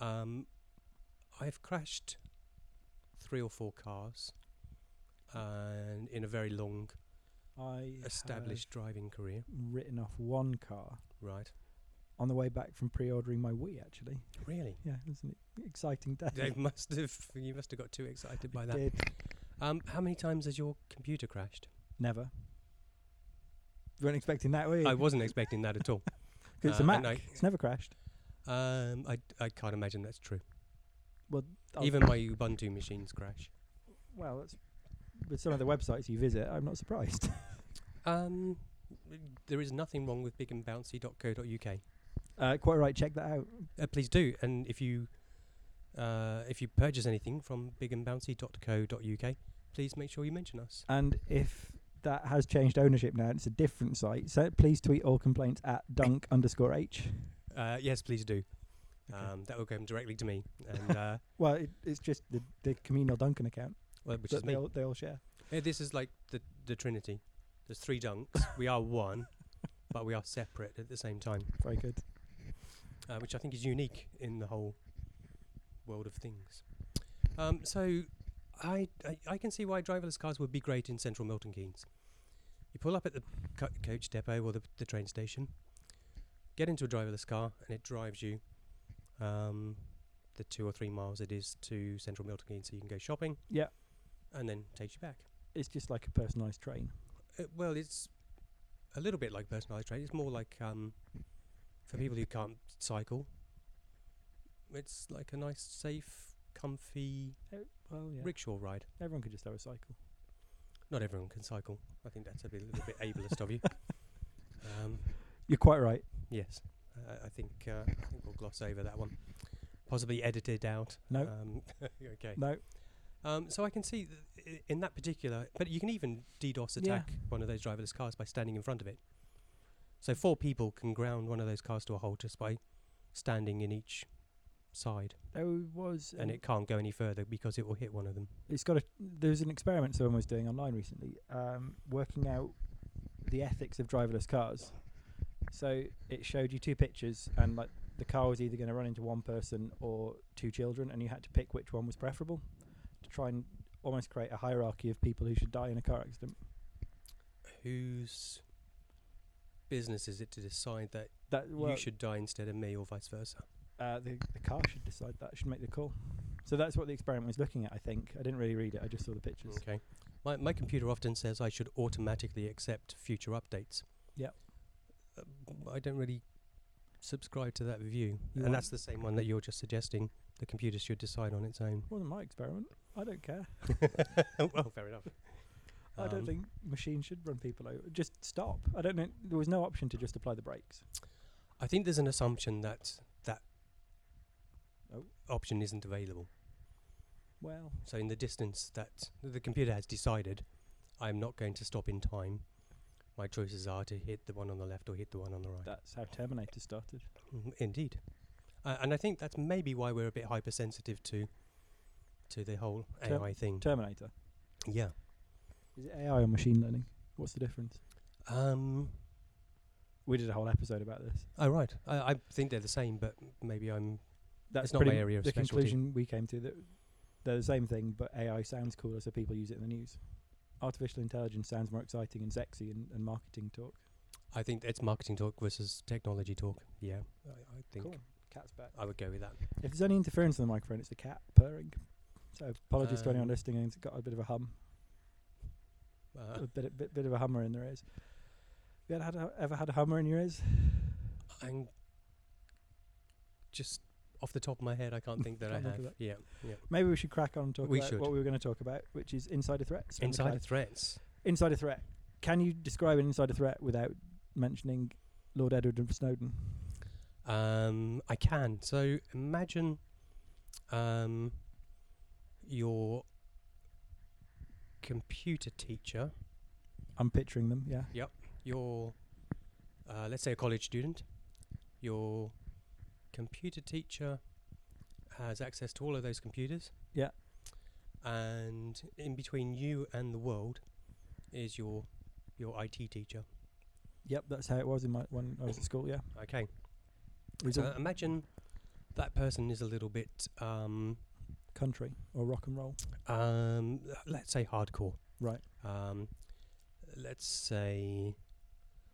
Speaker 2: Um, I've crashed three or four cars and in a very long
Speaker 1: I have
Speaker 2: established driving career.
Speaker 1: written off one car
Speaker 2: Right.
Speaker 1: on the way back from pre-ordering my Wii. Actually, <laughs>
Speaker 2: Really?
Speaker 1: yeah, it was an e-, exciting day.
Speaker 2: They must have. You must have got too excited by that.
Speaker 1: Did
Speaker 2: Um, how many times has your computer crashed?
Speaker 1: Never. You weren't expecting that, were you? <laughs>
Speaker 2: I wasn't expecting that at all.
Speaker 1: 'Cause it's
Speaker 2: uh,
Speaker 1: a
Speaker 2: I
Speaker 1: Mac.
Speaker 2: know.
Speaker 1: It's never crashed.
Speaker 2: Um, I, I can't imagine that's true.
Speaker 1: Well, I'll-
Speaker 2: Even my Ubuntu machines crash.
Speaker 1: well, that's with some of the websites you visit. I'm not surprised. <laughs>
Speaker 2: Um, there is nothing wrong with bigandbouncy.co.uk.
Speaker 1: uh, quite right. Check that out.
Speaker 2: Uh, please do, and if you uh, if you purchase anything from bigandbouncy.co.uk, please make sure you mention us.
Speaker 1: And if that has changed ownership now, and it's a different site. So please tweet all complaints at dunk underscore h.
Speaker 2: Uh, yes, please do.
Speaker 1: Okay.
Speaker 2: Um, that will come directly to me,
Speaker 1: <laughs>
Speaker 2: and uh,
Speaker 1: Well, it, it's just the, the communal Duncan account
Speaker 2: well, which
Speaker 1: that
Speaker 2: is
Speaker 1: they
Speaker 2: me.
Speaker 1: all, they all share.
Speaker 2: Uh, this is like the the Trinity. There's three dunks. we
Speaker 1: <laughs>
Speaker 2: are one, but we are separate at the same time,
Speaker 1: Very good.
Speaker 2: uh, which I think is unique in the whole world of things. Um, so, I, I I can see why driverless cars would be great in central Milton Keynes. You pull up at the co- coach depot or the, the train station, get into a driverless car, and it drives you um, the two or three miles it is to central Milton Keynes, so you can go shopping.
Speaker 1: Yeah.
Speaker 2: and then takes you back.
Speaker 1: It's just like a personalised train.
Speaker 2: Uh, well, it's a little bit like personalised training. It's more like um, for people who can't cycle. It's like a nice, safe, comfy
Speaker 1: Well, yeah.
Speaker 2: rickshaw ride.
Speaker 1: Everyone could just have a cycle.
Speaker 2: Not everyone can cycle. I think that's a bit- little bit
Speaker 1: <laughs>
Speaker 2: ableist of you. Um,
Speaker 1: You're quite right.
Speaker 2: yes, uh, I think uh, I think we'll gloss over that one. Possibly edited out.
Speaker 1: No.
Speaker 2: Um, <laughs> okay.
Speaker 1: No,
Speaker 2: Um, so I can see th- i- in that particular, but you can even DDoS
Speaker 1: Yeah.
Speaker 2: attack one of those driverless cars by standing in front of it. So four people can ground one of those cars to a halt just by standing in each side,
Speaker 1: there was. um,
Speaker 2: and
Speaker 1: an-
Speaker 2: it can't go any further because it will hit one of them.
Speaker 1: it's got a. There was an experiment someone was doing online recently, um, working out the ethics of driverless cars. So it showed you two pictures, and like the car was either going to run into one person or two children, and you had to pick which one was preferable to try and almost create a hierarchy of people who should die in a car accident.
Speaker 2: Whose business is it to decide that
Speaker 1: That
Speaker 2: you
Speaker 1: well,
Speaker 2: should die instead of me, or vice versa?
Speaker 1: uh, the, the car should decide that, should make the call. So that's what the experiment was looking at, I think. I didn't really read it, I just saw the pictures.
Speaker 2: Okay. My, my computer often says I should automatically accept future updates.
Speaker 1: Yep.
Speaker 2: Uh, I don't really subscribe to that view.
Speaker 1: You
Speaker 2: and
Speaker 1: aren't?
Speaker 2: that's the same one that you're just suggesting the computer should decide on
Speaker 1: <laughs>
Speaker 2: its own. <laughs>
Speaker 1: Wasn't my experiment. I don't care.
Speaker 2: well, fair enough.
Speaker 1: I
Speaker 2: Um,
Speaker 1: don't think machines should run people over. Just stop. I don't know. There was no option to just apply the brakes.
Speaker 2: I think there's an assumption that that
Speaker 1: Oh.
Speaker 2: option isn't available.
Speaker 1: Well,
Speaker 2: So in the distance that the computer has decided, I'm not going to stop in time. My choices are to hit the one on the left or hit the one on the right.
Speaker 1: that's how Terminator started.
Speaker 2: Mm, Mm-hmm. Indeed. Uh, and I think that's maybe why we're a bit hypersensitive to to the whole
Speaker 1: Ter-
Speaker 2: AI thing.
Speaker 1: Terminator.
Speaker 2: yeah.
Speaker 1: Is it AI or machine learning? What's the difference?
Speaker 2: Um.
Speaker 1: We did a whole episode about this.
Speaker 2: Oh right. I, I think they're the same, but maybe I'm.
Speaker 1: That's
Speaker 2: It's not
Speaker 1: pretty
Speaker 2: my
Speaker 1: m-
Speaker 2: area of
Speaker 1: The
Speaker 2: specialty.
Speaker 1: conclusion we came to that they're the same thing, but AI sounds cooler, so people use it in the news. Artificial intelligence sounds more exciting and sexy and, and marketing talk.
Speaker 2: I think it's marketing talk versus technology talk. Yeah. I, I think
Speaker 1: Cool. Cat's back.
Speaker 2: I would go with that.
Speaker 1: If there's any interference on the microphone, it's the cat purring. So apologies to anyone
Speaker 2: Um,
Speaker 1: listening who's got a bit of a hum,
Speaker 2: Uh,
Speaker 1: a bit, bit, bit of a hummer in their ears. You ever had a, ever had a hummer in your ears?
Speaker 2: I'm just off the top of my head. I can't think that I
Speaker 1: Can't think
Speaker 2: have.
Speaker 1: of
Speaker 2: Yeah. Yeah.
Speaker 1: Maybe we should crack on and talk
Speaker 2: We
Speaker 1: about
Speaker 2: should.
Speaker 1: what we were going to talk about, which is insider threats. from the
Speaker 2: Insider
Speaker 1: cloud.
Speaker 2: threats.
Speaker 1: Insider threat. Can you describe an insider threat without mentioning Lord Edward Snowden?
Speaker 2: Um, I can. So imagine um, your computer teacher,
Speaker 1: I'm picturing them. Yeah.
Speaker 2: your, uh, let's say a college student, your computer teacher has access to all of those computers.
Speaker 1: Yeah.
Speaker 2: And in between you and the world is your your IT teacher.
Speaker 1: Yep, that's how it was in my when I was at school. Yeah.
Speaker 2: Okay.
Speaker 1: It was
Speaker 2: So
Speaker 1: all
Speaker 2: imagine that person is a little bit um,
Speaker 1: country or rock and roll.
Speaker 2: um, let's say hardcore.
Speaker 1: Right.
Speaker 2: Um, let's say,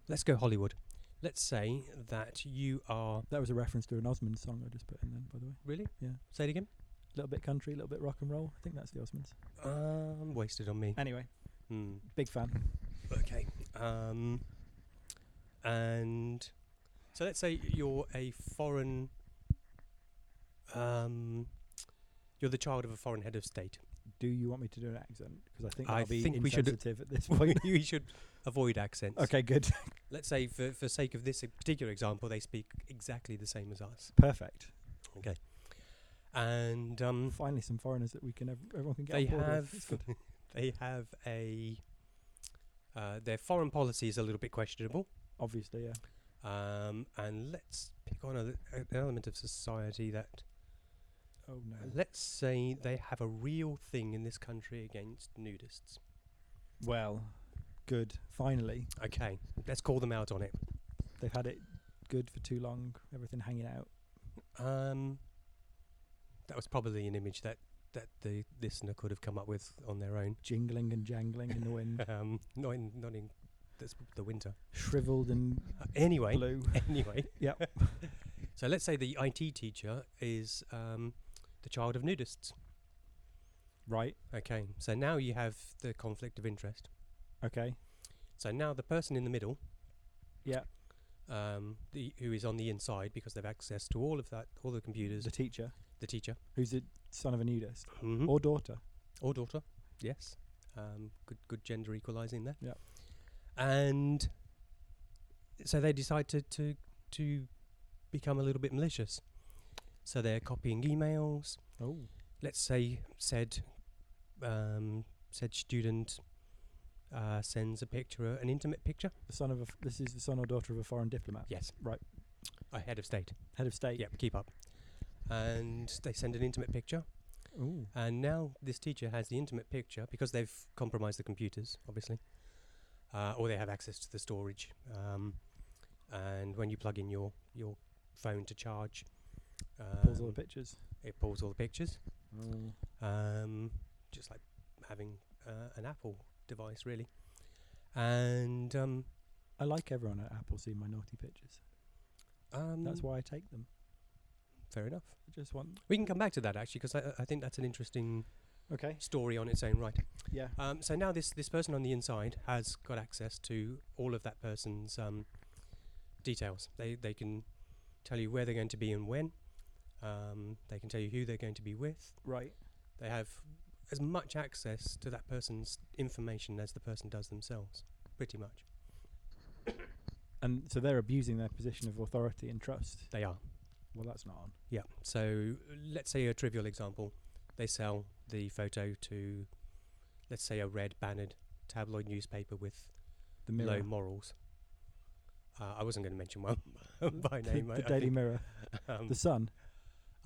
Speaker 2: let's go Hollywood. Let's say that you are
Speaker 1: That was a reference to an Osmonds song I just put in then, by the way.
Speaker 2: really.
Speaker 1: Yeah.
Speaker 2: Say it again.
Speaker 1: A little bit country, a little bit rock and roll. I think that's the Osmonds.
Speaker 2: Um, wasted on me.
Speaker 1: Anyway,
Speaker 2: Hmm.
Speaker 1: big fan.
Speaker 2: Okay. Um, and so let's say you're a foreign. Um, you're the child of a foreign head of state.
Speaker 1: <laughs>
Speaker 2: <laughs>
Speaker 1: Do you want me to do an accent? Because I think
Speaker 2: I
Speaker 1: I'll be
Speaker 2: think we should-
Speaker 1: insensitive at this
Speaker 2: <laughs>
Speaker 1: point.
Speaker 2: you should avoid accents.
Speaker 1: okay, good.
Speaker 2: <laughs> Let's say, for, for sake of this particular example, they speak exactly the same as us.
Speaker 1: Perfect.
Speaker 2: And
Speaker 1: <laughs>
Speaker 2: um,
Speaker 1: Finally, some foreigners that we can ev- everyone can get.
Speaker 2: they
Speaker 1: on board with.
Speaker 2: have
Speaker 1: It's
Speaker 2: <laughs>
Speaker 1: good.
Speaker 2: they have a uh, their foreign policy is a little bit questionable.
Speaker 1: obviously, yeah.
Speaker 2: Um, and let's pick on a, an element of society that uh,
Speaker 1: Oh no,
Speaker 2: let's say they have a real thing in this country against nudists.
Speaker 1: Well, good. Finally,
Speaker 2: Okay, let's call them out on it.
Speaker 1: they've had it good for too long. Everything hanging out.
Speaker 2: Um, that was probably an image that that the listener could have come up with on their own. <laughs>
Speaker 1: Jingling and jangling in the wind,
Speaker 2: Um, not in not in this, the winter.
Speaker 1: shriveled and
Speaker 2: Uh, anyway,
Speaker 1: blue. <laughs>
Speaker 2: anyway.
Speaker 1: Yep.
Speaker 2: <laughs> so let's say the IT teacher is um, the child of nudists.
Speaker 1: Right.
Speaker 2: Okay, so now you have the conflict of interest.
Speaker 1: Okay.
Speaker 2: So now the person in the middle,
Speaker 1: Yeah.
Speaker 2: um, the, who is on the inside because they've access to all of that, all the computers,
Speaker 1: The teacher,
Speaker 2: the teacher
Speaker 1: who's the son of a nudist
Speaker 2: mhm,
Speaker 1: or daughter.
Speaker 2: or daughter, yes, um, good good gender equalising there.
Speaker 1: Yep.
Speaker 2: and so they decide to to to become a little bit malicious. So they're copying emails.
Speaker 1: Oh.
Speaker 2: let's say said um, said student uh, sends a picture, an intimate picture.
Speaker 1: The son of a f- this is the son or daughter of a foreign diplomat,
Speaker 2: Yes,
Speaker 1: Right.
Speaker 2: A head of state.
Speaker 1: head of state.
Speaker 2: Yep, keep up. And they send an intimate picture,
Speaker 1: Ooh.
Speaker 2: and now this teacher has the intimate picture because they've compromised the computers, obviously, uh, or they have access to the storage. Um, and when you plug in your your phone to charge,
Speaker 1: Pulls all
Speaker 2: um,
Speaker 1: the pictures.
Speaker 2: it pulls all the pictures. um, just like having uh, an Apple device, really. And um,
Speaker 1: I like everyone at Apple seeing my naughty pictures.
Speaker 2: um,
Speaker 1: That's why I take them.
Speaker 2: fair enough.
Speaker 1: I just want.
Speaker 2: We can come back to that actually, because I, I think that's an interesting
Speaker 1: Okay.
Speaker 2: story on its own right.
Speaker 1: Yeah.
Speaker 2: Um, so now this this person on the inside has got access to all of that person's um, details. They they can tell you where they're going to be and when. Um, they can tell you who they're going to be with.
Speaker 1: Right.
Speaker 2: They have as much access to that person's information as the person does themselves, pretty much.
Speaker 1: And so they're abusing their position of authority and trust.
Speaker 2: They are.
Speaker 1: Well, that's not on.
Speaker 2: Yeah. So let's say a trivial example. They sell the photo to, let's say, a red bannered tabloid newspaper with
Speaker 1: The mirror.
Speaker 2: low morals. Uh, I wasn't going to mention one. <laughs> by
Speaker 1: the,
Speaker 2: name. I-
Speaker 1: the
Speaker 2: I
Speaker 1: Daily
Speaker 2: think.
Speaker 1: Mirror,
Speaker 2: Um,
Speaker 1: the Sun.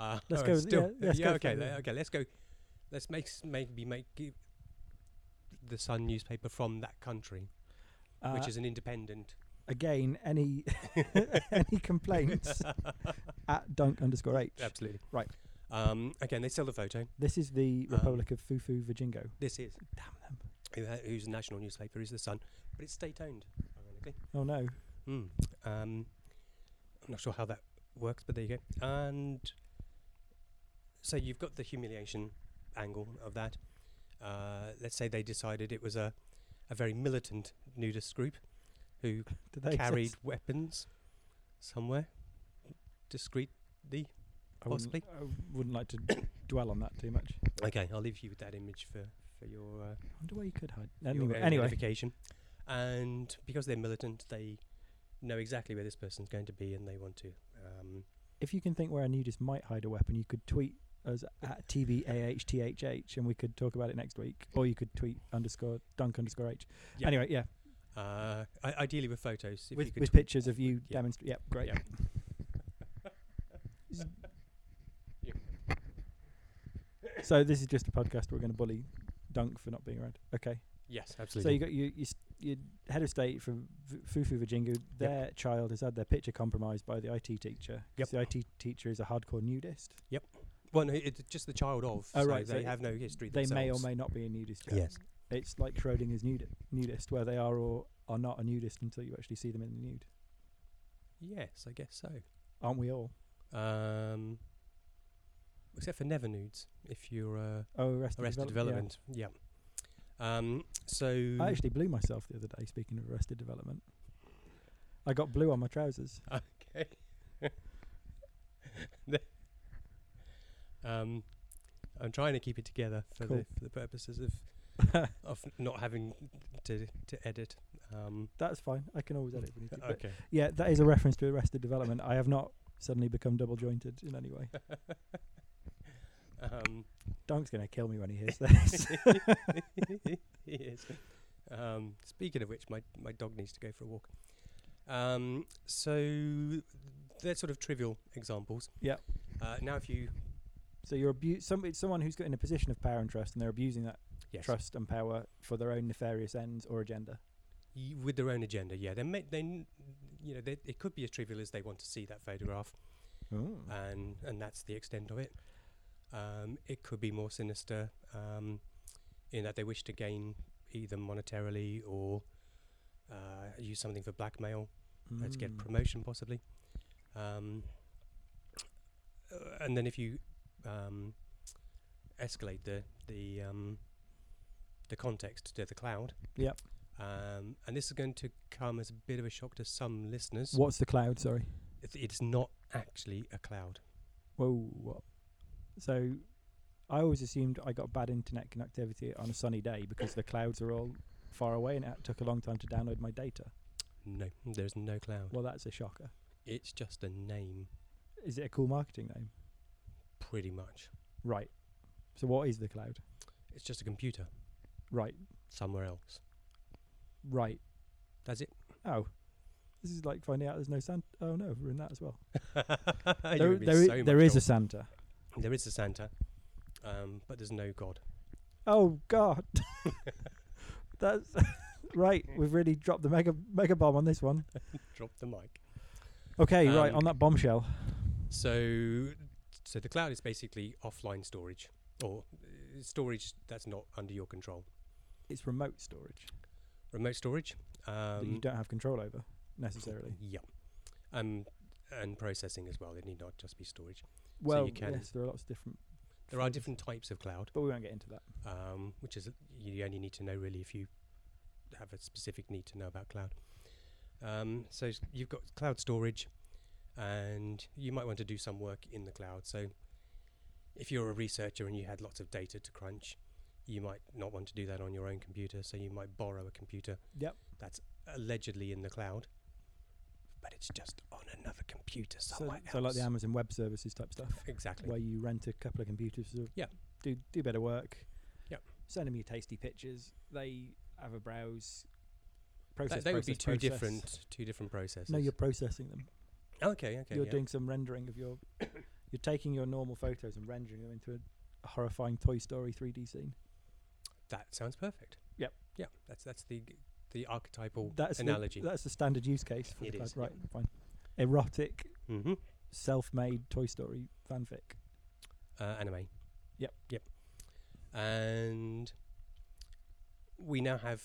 Speaker 2: uh,
Speaker 1: let's
Speaker 2: oh,
Speaker 1: go with-
Speaker 2: Still,
Speaker 1: yeah, let's go
Speaker 2: okay.
Speaker 1: for
Speaker 2: le-
Speaker 1: the-
Speaker 2: okay. Let's go. Let's make s- maybe make it the Sun newspaper from that country,
Speaker 1: Uh,
Speaker 2: which is an independent.
Speaker 1: <laughs> again
Speaker 2: <laughs>
Speaker 1: any any complaints at dunk underscore h.
Speaker 2: Absolutely
Speaker 1: Right.
Speaker 2: Um, okay. And they sell the photo.
Speaker 1: This is the
Speaker 2: Um,
Speaker 1: Republic of Fufu Vijingo.
Speaker 2: This is
Speaker 1: Damn them!
Speaker 2: who ha- whose national newspaper is the Sun, but it's state owned. Ironically.
Speaker 1: Oh no!
Speaker 2: Mm. Um, I'm not sure how that works, but there you go. And so you've got the humiliation angle of that. Uh, let's say they decided it was a, a very militant nudist group
Speaker 1: <laughs>
Speaker 2: who
Speaker 1: Do they
Speaker 2: carried
Speaker 1: exist?
Speaker 2: weapons somewhere discreetly.
Speaker 1: I wouldn't,
Speaker 2: possibly.
Speaker 1: I wouldn't like to dwell on that too much. I
Speaker 2: Okay, I'll leave you with that image for, for your, uh,
Speaker 1: wonder where you could hide.
Speaker 2: your
Speaker 1: Anyway,
Speaker 2: own
Speaker 1: anyway.
Speaker 2: edification. And because they're militant, they know exactly where this person's going to be and they want to. Um,
Speaker 1: if you can think where a nudist might hide a weapon, you could tweet us at tbahthh, and we could talk about it next week. Or you could tweet underscore dunk underscore h.
Speaker 2: Yeah.
Speaker 1: Anyway, yeah,
Speaker 2: Uh, I- ideally with photos. If you
Speaker 1: with,
Speaker 2: could
Speaker 1: with
Speaker 2: tw-
Speaker 1: pictures of you
Speaker 2: yeah.
Speaker 1: demonstrate. Yep, great.
Speaker 2: Yeah.
Speaker 1: <laughs> So this is just a podcast. We're going to bully Dunk for not being around. Okay.
Speaker 2: yes,
Speaker 1: So
Speaker 2: absolutely.
Speaker 1: you got your your, s- your head of state for V- Fufu Vijingu. Their child has had their picture compromised by the IT teacher. 'cause
Speaker 2: Yep.
Speaker 1: The IT teacher is a hardcore nudist.
Speaker 2: well, no, it's just the child of.
Speaker 1: Oh,
Speaker 2: so
Speaker 1: right, so
Speaker 2: They
Speaker 1: it-
Speaker 2: have no history.
Speaker 1: They may or
Speaker 2: themselves.
Speaker 1: may not be a nudist. yet.
Speaker 2: Yes.
Speaker 1: It's like Schrodinger's nudi- nudist, where they are or are not a nudist until you actually see them in the nude.
Speaker 2: Yes, I guess so.
Speaker 1: Aren't we all?
Speaker 2: Um, except for never nudes, if you're uh,
Speaker 1: Oh, Arrested,
Speaker 2: arrested
Speaker 1: Development,
Speaker 2: development. Yeah. Um, so
Speaker 1: yeah. I actually blew myself the other day. Speaking of Arrested Development, I got blue on my trousers.
Speaker 2: Uh, okay. The- um, I'm trying to keep it together for
Speaker 1: Cool.
Speaker 2: the for the purposes of
Speaker 1: <laughs>
Speaker 2: of not having to to edit. Um,
Speaker 1: That's fine. I can always edit. If we need to. But
Speaker 2: uh, okay.
Speaker 1: Yeah, that is a reference to Arrested Development. I have not suddenly become double jointed in any way.
Speaker 2: Um,
Speaker 1: Dunk's gonna kill me when he hears
Speaker 2: <laughs>
Speaker 1: this.
Speaker 2: he is. Um, speaking of which, my, my dog needs to go for a walk. Um, so they're sort of trivial examples.
Speaker 1: Yep.
Speaker 2: Uh, now, if you
Speaker 1: so you're abu- some it's someone who's got in a position of power and trust, and they're abusing that
Speaker 2: yes,
Speaker 1: trust and power for their own nefarious ends or agenda.
Speaker 2: y- with their own agenda, yeah, they may, they n- you know they, it could be as trivial as they want to see that photograph, and and that's the extent of it. Um, it could be more sinister, um, in that they wish to gain either monetarily or uh, use something for blackmail. let's get
Speaker 1: Mm.
Speaker 2: promotion possibly um, uh, and then if you um, escalate the the um, the context to the cloud
Speaker 1: Yep.
Speaker 2: um, and this is going to come as a bit of a shock to some listeners
Speaker 1: What's the cloud? Sorry.
Speaker 2: it's, it's not actually a cloud
Speaker 1: Whoa. What? So, I always assumed I got bad internet connectivity on a sunny day because the clouds are all far away, and it took a long time to download my data.
Speaker 2: no there's no cloud
Speaker 1: Well, that's a shocker.
Speaker 2: it's just a name
Speaker 1: Is it a cool marketing name?
Speaker 2: pretty much
Speaker 1: Right. So, what is the cloud?
Speaker 2: it's just a computer
Speaker 1: Right.
Speaker 2: somewhere else
Speaker 1: Right.
Speaker 2: that's it <laughs>
Speaker 1: Oh. This is like finding out there's no Santa. Oh no, we're in that as well. There,
Speaker 2: You're in
Speaker 1: there i-
Speaker 2: so
Speaker 1: there
Speaker 2: much
Speaker 1: is a
Speaker 2: trouble.
Speaker 1: Santa.
Speaker 2: there is a santa um, but there's no god
Speaker 1: Oh God, <laughs> that's <laughs> right. We've really dropped the mega mega bomb on this one.
Speaker 2: drop the mic
Speaker 1: Okay, right
Speaker 2: Um,
Speaker 1: on that bombshell.
Speaker 2: So, so the cloud is basically offline storage or uh, storage that's not under your control.
Speaker 1: It's remote storage
Speaker 2: Remote storage.
Speaker 1: that you
Speaker 2: Um,
Speaker 1: don't have control over necessarily.
Speaker 2: Yeah. Um, and processing as well. It need not just be storage.
Speaker 1: Well,
Speaker 2: can-
Speaker 1: yes, there are lots of different,
Speaker 2: There are different types of cloud,
Speaker 1: but we won't get into that.
Speaker 2: um, which is you only need to know really if you have a specific need to know about cloud. Um, so s- you've got cloud storage, and you might want to do some work in the cloud. So if you're a researcher and you had lots of data to crunch, you might not want to do that on your own computer. So you might borrow a computer.
Speaker 1: Yep.
Speaker 2: That's allegedly in the cloud, but it's just on another computer
Speaker 1: So,
Speaker 2: somewhere
Speaker 1: so
Speaker 2: else.
Speaker 1: like the Amazon Web Services type stuff,
Speaker 2: <laughs> exactly.
Speaker 1: where you rent a couple of computers. To
Speaker 2: Yeah.
Speaker 1: Do do better work.
Speaker 2: Yep.
Speaker 1: Send them your tasty pictures. They have a browse.
Speaker 2: Th-
Speaker 1: Process.
Speaker 2: they would be
Speaker 1: process,
Speaker 2: two
Speaker 1: process.
Speaker 2: different, two different processes.
Speaker 1: No, you're processing them.
Speaker 2: Okay, okay.
Speaker 1: you're
Speaker 2: yeah.
Speaker 1: doing some rendering of your <coughs> you're taking your normal photos and rendering them into a, a horrifying Toy Story 3D scene.
Speaker 2: that sounds perfect.
Speaker 1: Yep.
Speaker 2: Yeah, that's that's the g- the archetypal
Speaker 1: That's
Speaker 2: analogy.
Speaker 1: The, that's the standard use case for
Speaker 2: It
Speaker 1: the cloud.
Speaker 2: is,
Speaker 1: right? Fine. Erotic,
Speaker 2: mm-hmm.
Speaker 1: self-made Toy Story fanfic.
Speaker 2: uh, anime.
Speaker 1: Yep.
Speaker 2: Yep. And we now have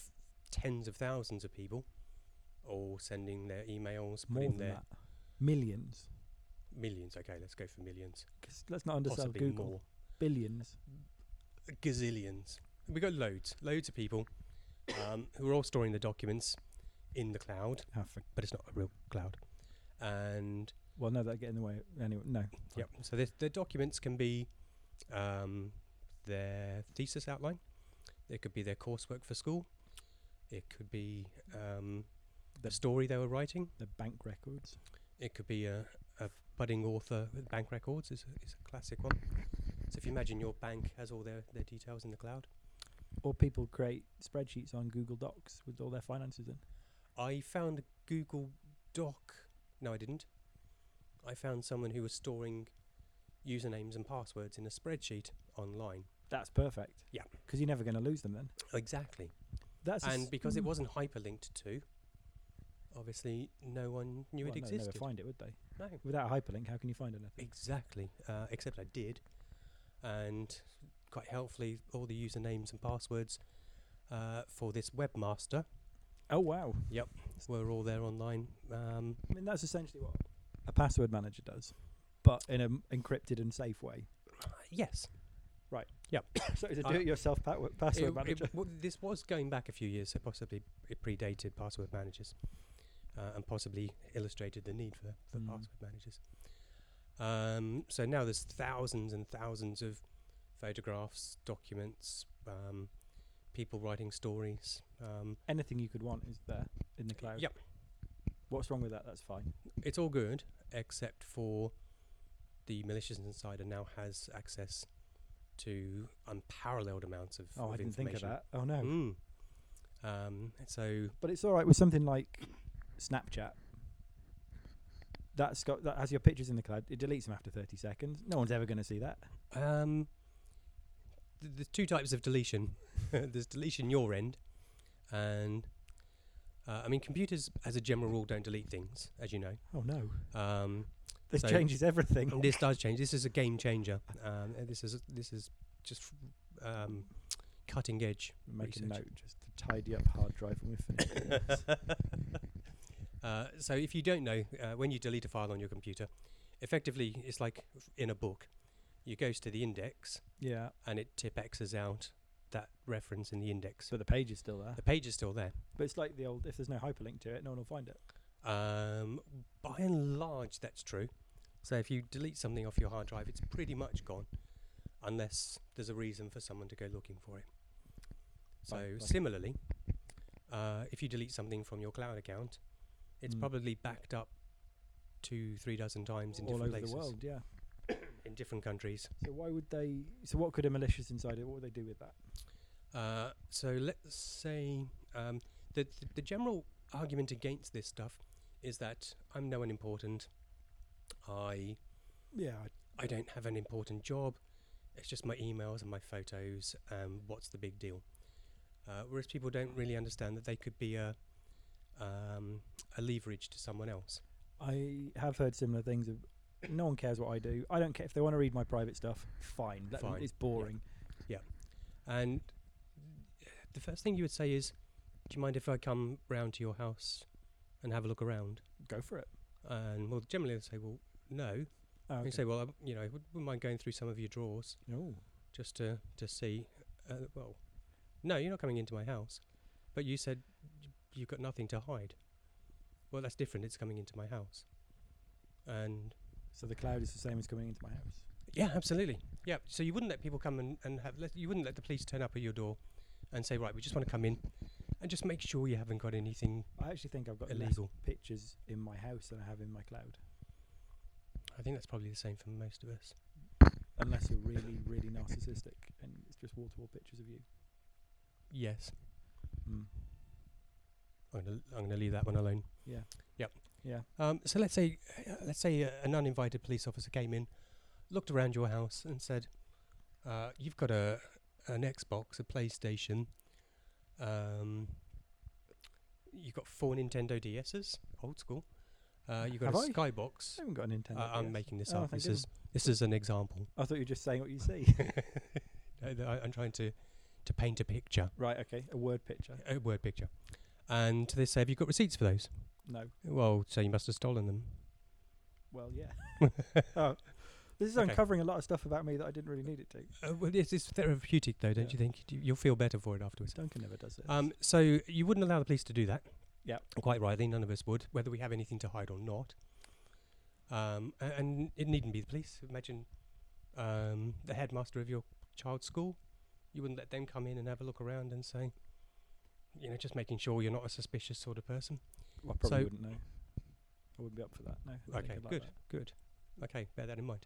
Speaker 2: tens of thousands of people all sending their emails,
Speaker 1: More
Speaker 2: putting
Speaker 1: than
Speaker 2: their
Speaker 1: that, millions.
Speaker 2: millions. Okay, let's go for millions.
Speaker 1: 'Cause let's not undersell
Speaker 2: possibly
Speaker 1: Google.
Speaker 2: more.
Speaker 1: Billions.
Speaker 2: Gazillions. We've got loads, loads of people um, who are all storing the documents in the cloud,
Speaker 1: Ah, fuck.
Speaker 2: but it's not a real cloud. And
Speaker 1: Well, no, that get in the way. Anyway, no.
Speaker 2: Yep. So their, their documents can be um, their thesis outline. It could be their coursework for school. It could be um, the
Speaker 1: The-
Speaker 2: story they were writing.
Speaker 1: The bank records.
Speaker 2: It could be a, a budding author. with Bank records is a, is a classic one. So if you imagine your bank has all their, their details in the cloud.
Speaker 1: Or people create spreadsheets on Google Docs with all their finances in.
Speaker 2: I found a Google Doc. No, I didn't. I found someone who was storing usernames and passwords in a spreadsheet online.
Speaker 1: That's perfect.
Speaker 2: Yeah.
Speaker 1: Because you're never going to lose them then.
Speaker 2: Exactly.
Speaker 1: That's a s-
Speaker 2: and because it
Speaker 1: Mm.
Speaker 2: wasn't hyperlinked to, obviously no one
Speaker 1: Well, no,
Speaker 2: knew it
Speaker 1: they'd
Speaker 2: existed.
Speaker 1: Never find it, would they?
Speaker 2: No,
Speaker 1: Without a hyperlink, how can you find anything?
Speaker 2: exactly. Uh, except I did, and quite helpfully, all the usernames and passwords uh, for this webmaster
Speaker 1: Oh wow!
Speaker 2: were all there online. Um,
Speaker 1: I mean, that's essentially what a password manager does, but in an encrypted and safe way.
Speaker 2: yes,
Speaker 1: <laughs> so it's a
Speaker 2: I-
Speaker 1: do-it-yourself pa- password
Speaker 2: it-
Speaker 1: manager.
Speaker 2: it- well, this was going back a few years, so possibly it predated password managers, uh, and possibly illustrated the need for, for
Speaker 1: Mm.
Speaker 2: password managers. Um, so now there's thousands and thousands of photographs, documents, um, people writing stories. Um,
Speaker 1: Anything you could want is there in the cloud.
Speaker 2: Yep,
Speaker 1: What's wrong with that? That's fine.
Speaker 2: it's all good except for the malicious insider now has access to unparalleled amounts of,
Speaker 1: Oh,
Speaker 2: of
Speaker 1: I didn't think
Speaker 2: information.
Speaker 1: of that. Oh no.
Speaker 2: Mm. Um, so
Speaker 1: But it's all right with something like Snapchat. That's got that has your pictures in the cloud. It deletes them after 30 seconds. No one's ever going to see that.
Speaker 2: Um, th- there's two types of deletion. <laughs> there's deletion your end, and uh, I mean computers, as a general rule, don't delete things, as you know.
Speaker 1: Oh no.
Speaker 2: Um,
Speaker 1: This
Speaker 2: So-
Speaker 1: changes everything.
Speaker 2: and this does change. This is a game changer. Um, and this is this is just f- um, cutting edge. <laughs>
Speaker 1: Make a
Speaker 2: research.
Speaker 1: note just to tidy up hard drive when we're finished. with <laughs> this.
Speaker 2: Uh, so if you don't know, uh, when you delete a file on your computer, effectively it's like f- in a book. You goes to the index
Speaker 1: yeah,
Speaker 2: and it tip X's out that reference in the index.
Speaker 1: but the page is still there.
Speaker 2: The page is still there.
Speaker 1: But it's like the old if there's no hyperlink to it, no one will find it.
Speaker 2: Um, by and large, that's true. So if you delete something off your hard drive, it's pretty much gone, unless there's a reason for someone to go looking for it. So
Speaker 1: Right, right.
Speaker 2: similarly, uh, if you delete something from your cloud account, it's
Speaker 1: Mm.
Speaker 2: probably backed up two, three dozen times in
Speaker 1: All over
Speaker 2: different places,
Speaker 1: the world, yeah.
Speaker 2: in different countries.
Speaker 1: So why would they? So what could a malicious insider? What would they do with that?
Speaker 2: Uh, so let's say um, the, the the general argument against this stuff is that I'm no one important. I
Speaker 1: Yeah,
Speaker 2: I don't have an important job. It's just my emails and my photos. Um, what's the big deal? Uh, whereas people don't really understand that they could be a um, a leverage to someone else.
Speaker 1: I have heard similar things. Of no one cares what I do. I don't care if they want to read my private stuff. Fine, Let them-
Speaker 2: Fine,
Speaker 1: it's boring.
Speaker 2: And the first thing you would say is, "Do you mind if I come round to your house and have a look around?"
Speaker 1: Go for it.
Speaker 2: And well, generally they say, "Well, no."
Speaker 1: Oh,
Speaker 2: And
Speaker 1: okay.
Speaker 2: You say, "Well, I, you know, would- wouldn't mind going through some of your drawers
Speaker 1: No.
Speaker 2: just to to see." Uh, well, no, you're not coming into my house. But you said y- you've got nothing to hide. Well, that's different. It's coming into my house. And
Speaker 1: So the cloud is the same as coming into my house.
Speaker 2: yeah, absolutely. Yeah. So you wouldn't let people come and, and have, let, you wouldn't let the police turn up at your door and say, right, we just want to come in and just make sure you haven't got anything
Speaker 1: I actually think I've got less
Speaker 2: illegal.
Speaker 1: pictures in my house than I have in my cloud,
Speaker 2: I think that's probably the same for most of us.
Speaker 1: unless you're really, really narcissistic and it's just wall-to-wall pictures of you. Hmm.
Speaker 2: Yes.
Speaker 1: Mm.
Speaker 2: I'm going to leave that one alone.
Speaker 1: Yeah.
Speaker 2: Yep.
Speaker 1: Yeah.
Speaker 2: Um, so let's say, uh, let's say uh, an uninvited police officer came in, looked around your house, and said, uh, "You've got a an Xbox, a PlayStation. Um, you've got four Nintendo DSs, old school. Uh, you've got
Speaker 1: Have
Speaker 2: a
Speaker 1: I?
Speaker 2: Skybox.
Speaker 1: I haven't got a Nintendo.
Speaker 2: Uh, I'm
Speaker 1: DS.
Speaker 2: making this
Speaker 1: Oh,
Speaker 2: up.
Speaker 1: thank
Speaker 2: This is this is an example. <laughs>
Speaker 1: I thought you were just saying what you see.
Speaker 2: I, I- I'm trying to to paint a picture,
Speaker 1: right. Okay. A word picture.
Speaker 2: a word picture. And they say, "Have you got receipts for those?"
Speaker 1: No.
Speaker 2: Well, so you must have stolen them.
Speaker 1: Well, yeah.
Speaker 2: <laughs>
Speaker 1: oh, this is
Speaker 2: Okay.
Speaker 1: uncovering a lot of stuff about me that I didn't really need it to.
Speaker 2: Uh, well, it's, it's therapeutic, though, don't
Speaker 1: Yeah.
Speaker 2: you think? You- You'll feel better for it afterwards.
Speaker 1: Duncan never does it.
Speaker 2: Um, so you wouldn't allow the police to do that.
Speaker 1: Yep.
Speaker 2: Quite rightly, none of us would, whether we have anything to hide or not. Um, a- and it needn't be the police. Imagine um, the headmaster of your child's school. You wouldn't let them come in and have a look around and say, you know, just making sure you're not a suspicious sort of person.
Speaker 1: well, I probably
Speaker 2: so-
Speaker 1: wouldn't know. I wouldn't be up for that. No. I don't think
Speaker 2: Okay,
Speaker 1: I'd like
Speaker 2: good,
Speaker 1: that.
Speaker 2: good. Okay, bear that in mind.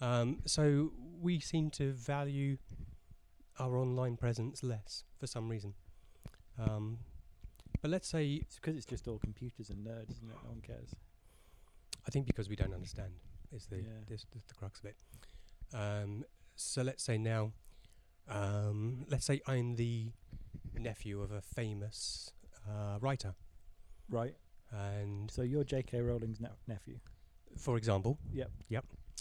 Speaker 2: Um, so we seem to value our online presence less for some reason. Um, but let's say
Speaker 1: It's because it's just all computers and nerds, isn't it? No one cares.
Speaker 2: I think because we don't understand is the
Speaker 1: Yeah.
Speaker 2: is the, the crux of it. Um, so let's say now, um, let's say I'm the nephew of a famous uh, writer,
Speaker 1: Right.
Speaker 2: and
Speaker 1: So you're J.K. Rowling's ne- nephew.
Speaker 2: for example,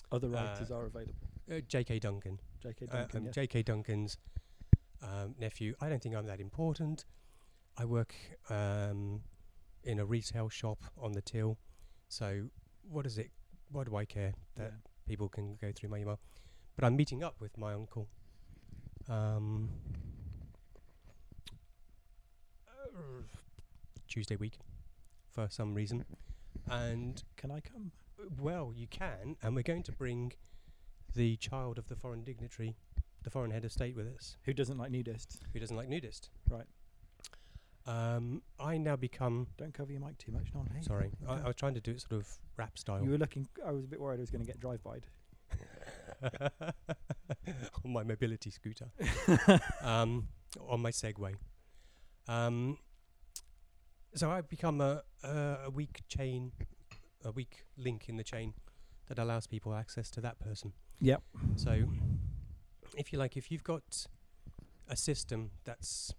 Speaker 1: Other
Speaker 2: Uh, um,
Speaker 1: writers are available.
Speaker 2: uh, J.K. Duncan.
Speaker 1: J.K.
Speaker 2: I-
Speaker 1: Duncan.
Speaker 2: I'm
Speaker 1: yes.
Speaker 2: J.K. Duncan's um, nephew. I don't think I'm that important. I work um, in a retail shop on the till, so what is it? Why do I care that
Speaker 1: Yeah.
Speaker 2: people can go through my email. But I'm meeting up with my uncle. Um, uh, Tuesday week, for some reason, and
Speaker 1: Can I come?
Speaker 2: uh, well, you can, and we're going to bring the child of the foreign dignitary, the foreign head of state, with us,
Speaker 1: Who doesn't like nudists?
Speaker 2: who doesn't like nudist.
Speaker 1: Right.
Speaker 2: Um, I now become
Speaker 1: Don't cover your mic too much. No one hears.
Speaker 2: sorry. I,
Speaker 1: Okay.
Speaker 2: I was trying to do it sort of rap style.
Speaker 1: You were looking. I was a bit worried I was going to get drive by
Speaker 2: <laughs> on my mobility scooter, um, on my Segway. Um, so I've become a, a, a weak chain, a weak link in the chain that allows people access to that person.
Speaker 1: Yep.
Speaker 2: So, if you like, if you've got a system that's,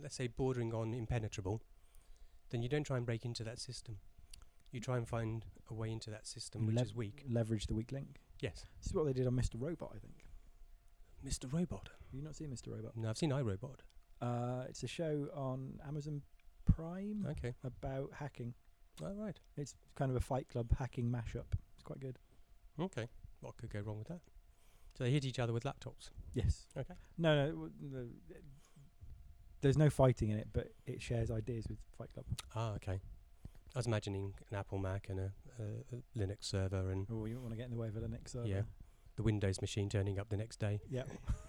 Speaker 2: let's say, bordering on impenetrable, then you don't try and break into that system. You try and find a way into that system which
Speaker 1: Lev-
Speaker 2: is weak.
Speaker 1: Leverage the weak link.
Speaker 2: Yes.
Speaker 1: This is what they did on Mr. Robot, I think.
Speaker 2: Mr. Robot.
Speaker 1: Have you not seen Mr. Robot?
Speaker 2: No, I've seen iRobot.
Speaker 1: Uh, it's a show on Amazon Prime
Speaker 2: Okay.
Speaker 1: about hacking.
Speaker 2: All Oh, right.
Speaker 1: It's kind of a Fight Club hacking mashup. It's quite good.
Speaker 2: Okay. What could go wrong with that? So they hit each other with laptops.
Speaker 1: Yes.
Speaker 2: Okay.
Speaker 1: No, no. w- no it- there's no fighting in it, but it shares ideas with Fight Club.
Speaker 2: Ah, okay. I was imagining an Apple Mac and a, a, a Linux server and
Speaker 1: Oh, you don't want to get in the way of a Linux server.
Speaker 2: Yeah. the Windows machine turning up the next day. <laughs>
Speaker 1: Yeah.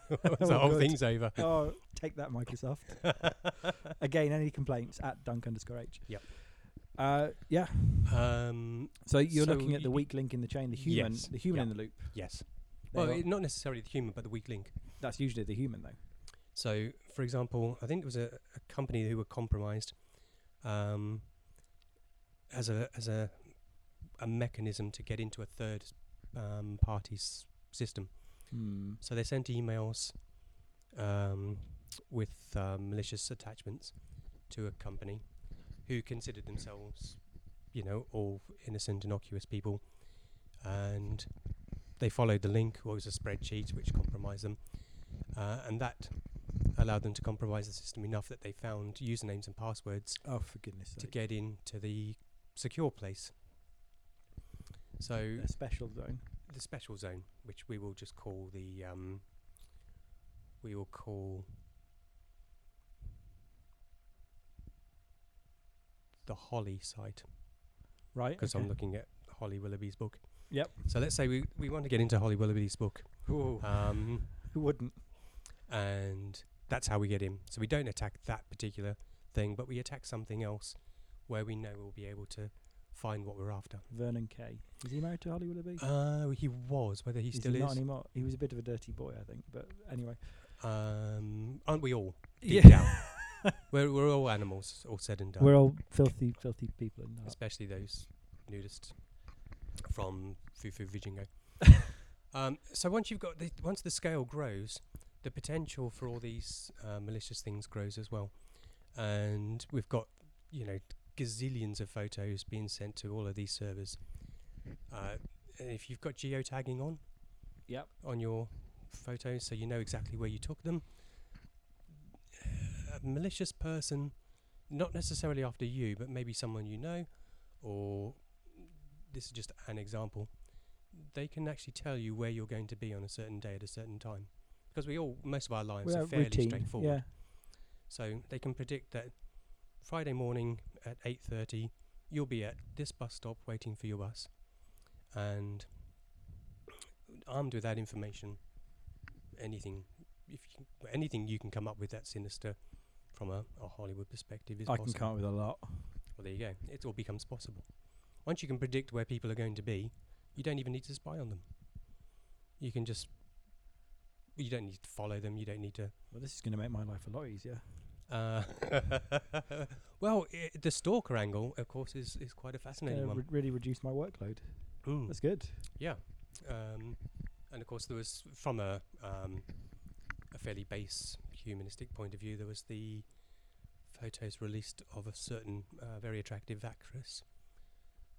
Speaker 2: so
Speaker 1: Oh,
Speaker 2: the whole
Speaker 1: good.
Speaker 2: thing's over. <laughs>
Speaker 1: oh, take that, <laughs> Microsoft. Again, any complaints at dunk underscore h.
Speaker 2: Yep.
Speaker 1: Uh, yeah.
Speaker 2: Um,
Speaker 1: So you're
Speaker 2: So
Speaker 1: looking at the
Speaker 2: y-
Speaker 1: weak link in the chain, the human,
Speaker 2: Yes.
Speaker 1: the human
Speaker 2: Yeah.
Speaker 1: in the loop.
Speaker 2: yes.
Speaker 1: They
Speaker 2: Well,
Speaker 1: are-
Speaker 2: it, not necessarily the human, but the weak link.
Speaker 1: that's usually the human though.
Speaker 2: So, for example, I think it was a, a company who were compromised um, as a as a a mechanism to get into a third um, party's system.
Speaker 1: Hmm.
Speaker 2: So they sent emails um, with uh, malicious attachments to a company who considered themselves, you know, all innocent, innocuous people, and they followed the link. Or it was a spreadsheet which compromised them, uh, and that allowed them to compromise the system enough that they found usernames and passwords
Speaker 1: Oh, for goodness'
Speaker 2: to
Speaker 1: sake!
Speaker 2: get into the secure place. So
Speaker 1: A special zone.
Speaker 2: the special zone, which we will just call the um, we will call the Holly site
Speaker 1: Right.
Speaker 2: because
Speaker 1: okay.
Speaker 2: I'm looking at Holly Willoughby's book.
Speaker 1: Yep.
Speaker 2: So let's say we we want to get into Holly Willoughby's book,
Speaker 1: Ooh,
Speaker 2: um,
Speaker 1: who wouldn't?
Speaker 2: and that's how we get in. So we don't attack that particular thing, but we attack something else where we know we'll be able to find what we're after.
Speaker 1: Vernon Kay. Is he married to Holly Willoughby?
Speaker 2: Uh, he was whether he
Speaker 1: Is
Speaker 2: still
Speaker 1: Not
Speaker 2: is.
Speaker 1: anymore. He was a bit of a dirty boy, I think. But anyway.
Speaker 2: Um, aren't we all?
Speaker 1: Yeah. <laughs>
Speaker 2: Deep down. we're we're all animals, all said and done.
Speaker 1: We're all filthy, filthy people. And not.
Speaker 2: especially those nudists from Fufu
Speaker 1: <laughs>
Speaker 2: Vijingo. um, so once you've got the, once the scale grows, the potential for all these uh, malicious things grows as well, and we've got you know gazillions of photos being sent to all of these servers. Uh, and if you've got geotagging on,
Speaker 1: Yep.
Speaker 2: on your photos, so you know exactly where you took them. uh, A malicious person, not necessarily after you, but maybe someone you know, or this is just an example. They can actually tell you where you're going to be on a certain day at a certain time, because we all most of our lives
Speaker 1: We're
Speaker 2: are fairly
Speaker 1: routine.
Speaker 2: straightforward.
Speaker 1: Yeah.
Speaker 2: So they can predict that Friday morning at 8:30 you'll be at this bus stop waiting for your bus. And armed with that information anything if you, anything you can come up with that sinister from a, a Hollywood perspective is
Speaker 1: I can
Speaker 2: possible.
Speaker 1: come up with a lot.
Speaker 2: Well, there you go. It all becomes possible. Once you can predict where people are going to be, you don't even need to spy on them. You can just you don't need to follow them, you don't need to
Speaker 1: Well, this is going to make my life a lot easier.
Speaker 2: uh, <laughs> well, i the stalker angle, of course, is, is quite a
Speaker 1: It's going
Speaker 2: fascinating
Speaker 1: to
Speaker 2: one.
Speaker 1: re- really reduce my workload.
Speaker 2: Mm,
Speaker 1: That's good.
Speaker 2: yeah, um, and of course there was from a um, a fairly base humanistic point of view, there was the photos released of a certain uh, very attractive actress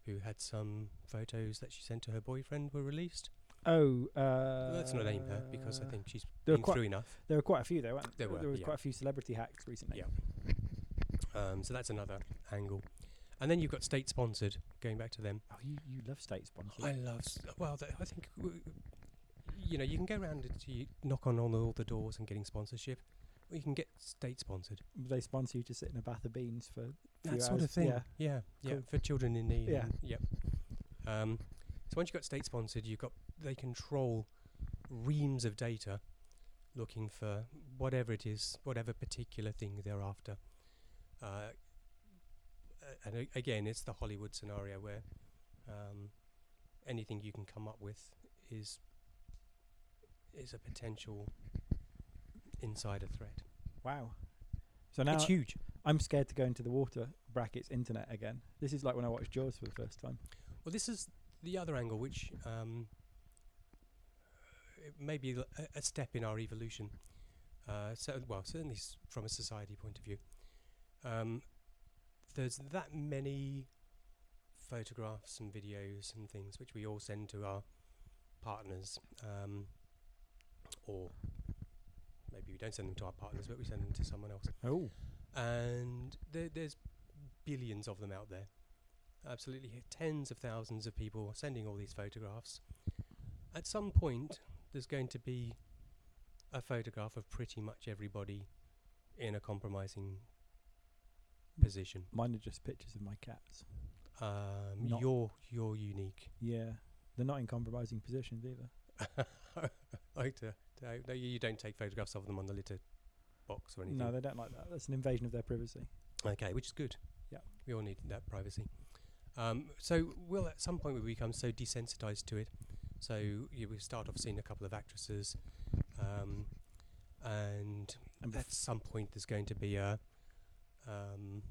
Speaker 2: who had some photos that she sent to her boyfriend were released.
Speaker 1: Oh, uh,
Speaker 2: Let's not name her because I think she's
Speaker 1: there are
Speaker 2: been
Speaker 1: quite-
Speaker 2: through enough.
Speaker 1: there were quite a few though. Weren't
Speaker 2: There were,
Speaker 1: There was
Speaker 2: yeah.
Speaker 1: quite a few celebrity hacks recently.
Speaker 2: Yeah. Um, so that's another angle. And then you've got state sponsored, going back to them.
Speaker 1: Oh, you, you love state sponsored.
Speaker 2: I love. s- Well, th- I think w- you know you can go around and you knock on all the, all the doors and getting sponsorship, or you can get state sponsored.
Speaker 1: They sponsor you to sit in a bath of beans for. Few
Speaker 2: That sort
Speaker 1: hours,
Speaker 2: of thing. Yeah,
Speaker 1: yeah.
Speaker 2: yeah,
Speaker 1: Cool.
Speaker 2: for children in need.
Speaker 1: Yeah.
Speaker 2: and- Yep. Um, so once you've got state sponsored, you've got they control reams of data, looking for whatever it is, whatever particular thing they're after. Uh, a- and a- again, it's the Hollywood scenario where um, anything you can come up with is is a potential insider threat.
Speaker 1: Wow. So now
Speaker 2: it's huge.
Speaker 1: I'm scared to go into the water brackets internet again. This is like when I watched Jaws for the first time.
Speaker 2: Well, this is the other angle, which um, it may be l- a, a step in our evolution. Uh, so, well, certainly s- from a society point of view, um, there's that many photographs and videos and things which we all send to our partners, um, or maybe we don't send them to our partners, but we send them to someone else
Speaker 1: Oh.
Speaker 2: and there, there's billions of them out there. Absolutely, h- tens of thousands of people are sending all these photographs. At some point, there's going to be a photograph of pretty much everybody in a compromising position.
Speaker 1: Mine are just pictures of my cats.
Speaker 2: Um,
Speaker 1: Not-
Speaker 2: you're you're unique. <laughs>
Speaker 1: Yeah. They're not in compromising positions either.
Speaker 2: I d- don't- no, you you don't take photographs of them on the litter box or anything.
Speaker 1: No, they don't like that. That's an invasion of their privacy.
Speaker 2: Okay, which is good.
Speaker 1: Yeah.
Speaker 2: We all need that privacy. Um, so we'll at some point we become so desensitized to it. So you we start off seeing a couple of actresses, um, and
Speaker 1: And bef-
Speaker 2: at some point there's going to be a, um,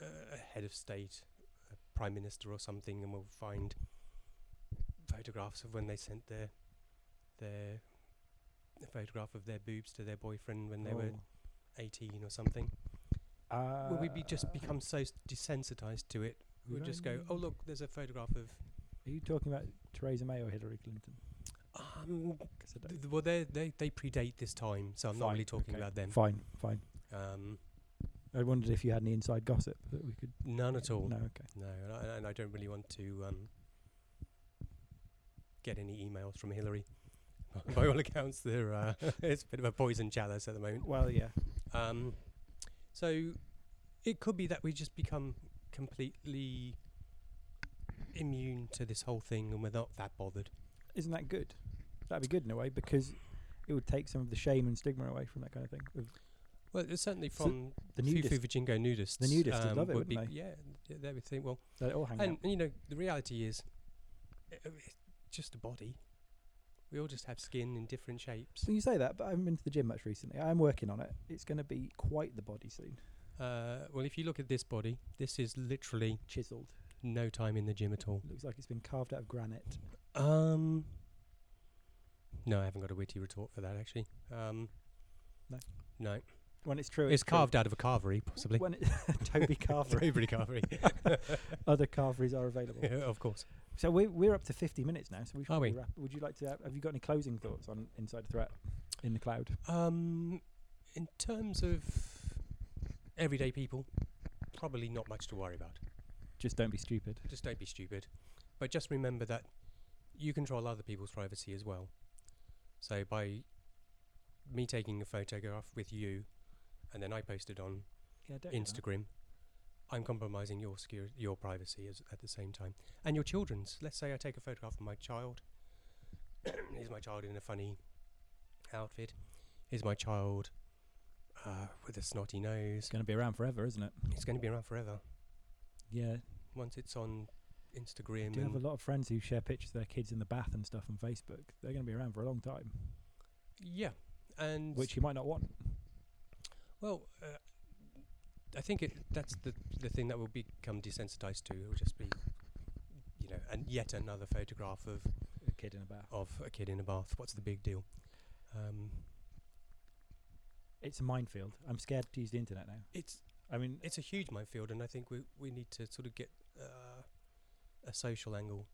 Speaker 2: a head of state, a prime minister or something, and we'll find photographs of when they sent their their a photograph of their boobs to their boyfriend when they were
Speaker 1: Oh.
Speaker 2: 18 or something.
Speaker 1: Uh,
Speaker 2: Well, we be just become so s- desensitized to it.
Speaker 1: we
Speaker 2: We'll just go,
Speaker 1: don't-
Speaker 2: oh look, there's a photograph of.
Speaker 1: Are you talking about Theresa May or Hillary Clinton?
Speaker 2: Um,
Speaker 1: 'Cause I
Speaker 2: th-
Speaker 1: don't-
Speaker 2: th- well, they they they predate this time, so I'm not really
Speaker 1: Fine,
Speaker 2: talking
Speaker 1: okay.
Speaker 2: about them.
Speaker 1: Fine, fine.
Speaker 2: Um,
Speaker 1: I wondered if you had any inside gossip that we could.
Speaker 2: none at all.
Speaker 1: No, okay.
Speaker 2: No, and I, and I don't really want to um, get any emails from Hillary. <laughs> By all accounts, they're uh, <laughs> it's a bit of a poison chalice at the moment.
Speaker 1: Well, yeah.
Speaker 2: Um, so it could be that we just become completely immune to this whole thing, and we're not that bothered.
Speaker 1: Isn't that good? That'd be good in a way because it would take some of the shame and stigma away from that kind of thing. of
Speaker 2: Well, it's certainly
Speaker 1: So
Speaker 2: from
Speaker 1: the
Speaker 2: Fufu
Speaker 1: nudist,
Speaker 2: Vijingo nudists. um,
Speaker 1: the nudists would love it,
Speaker 2: would
Speaker 1: wouldn't
Speaker 2: be, Yeah, th- they would think. Well,
Speaker 1: they all hang out.
Speaker 2: eh, and, and you know, the reality is, i- i- it's just a body. We- We all just have skin in different shapes.
Speaker 1: So you say that, but I haven't been to the gym much recently. I'm working on it. It's going to be quite the body soon.
Speaker 2: Uh, well, if you look at this body, this is literally
Speaker 1: Chiseled.
Speaker 2: no time in the gym at all.
Speaker 1: Looks like it's been carved out of granite.
Speaker 2: Um, no, I haven't got a witty retort for that actually. Um,
Speaker 1: No.
Speaker 2: no,
Speaker 1: When it's true,
Speaker 2: it's
Speaker 1: true.
Speaker 2: carved out of a carvery, possibly.
Speaker 1: When <laughs> it,
Speaker 2: <laughs>
Speaker 1: Toby Carvery.
Speaker 2: Every carvery, <laughs>
Speaker 1: <laughs> Other carveries are available.
Speaker 2: of course.
Speaker 1: So we, we're up to 50 minutes now. So we should
Speaker 2: Are we?
Speaker 1: probably wrap. Would you like to? Have, have you got any closing thoughts on Inside Threat in the cloud?
Speaker 2: Um, in terms of everyday people, probably not much to worry about.
Speaker 1: Just don't be stupid.
Speaker 2: Just don't be stupid, but just remember that you control other people's privacy as well. So by me taking a photograph with you, and then I post it on
Speaker 1: Yeah, don't. do that.
Speaker 2: Instagram, I'm compromising your security, your privacy as, at the same time, and your children's. Let's say I take a photograph of my child. <coughs> Is my child in a funny outfit? Is my child uh, with a snotty nose?
Speaker 1: It's going to be around forever, isn't it?
Speaker 2: It's going to be around forever.
Speaker 1: Yeah.
Speaker 2: Once it's on
Speaker 1: I
Speaker 2: Instagram,
Speaker 1: do have a
Speaker 2: and
Speaker 1: lot of friends who share pictures of their kids in the bath and stuff on Facebook. They're going to be around for a long time,
Speaker 2: yeah, and
Speaker 1: which you might not want.
Speaker 2: well, uh, I think it, that's the the thing that we'll become desensitized to. It will just be, you know, and yet another photograph of
Speaker 1: A kid in a bath.
Speaker 2: of a kid in a bath. What's the big deal? Um,
Speaker 1: It's a minefield. I'm scared to use the internet now.
Speaker 2: it's
Speaker 1: I mean,
Speaker 2: it's a huge minefield, and I think we we need to sort of get uh, a social angle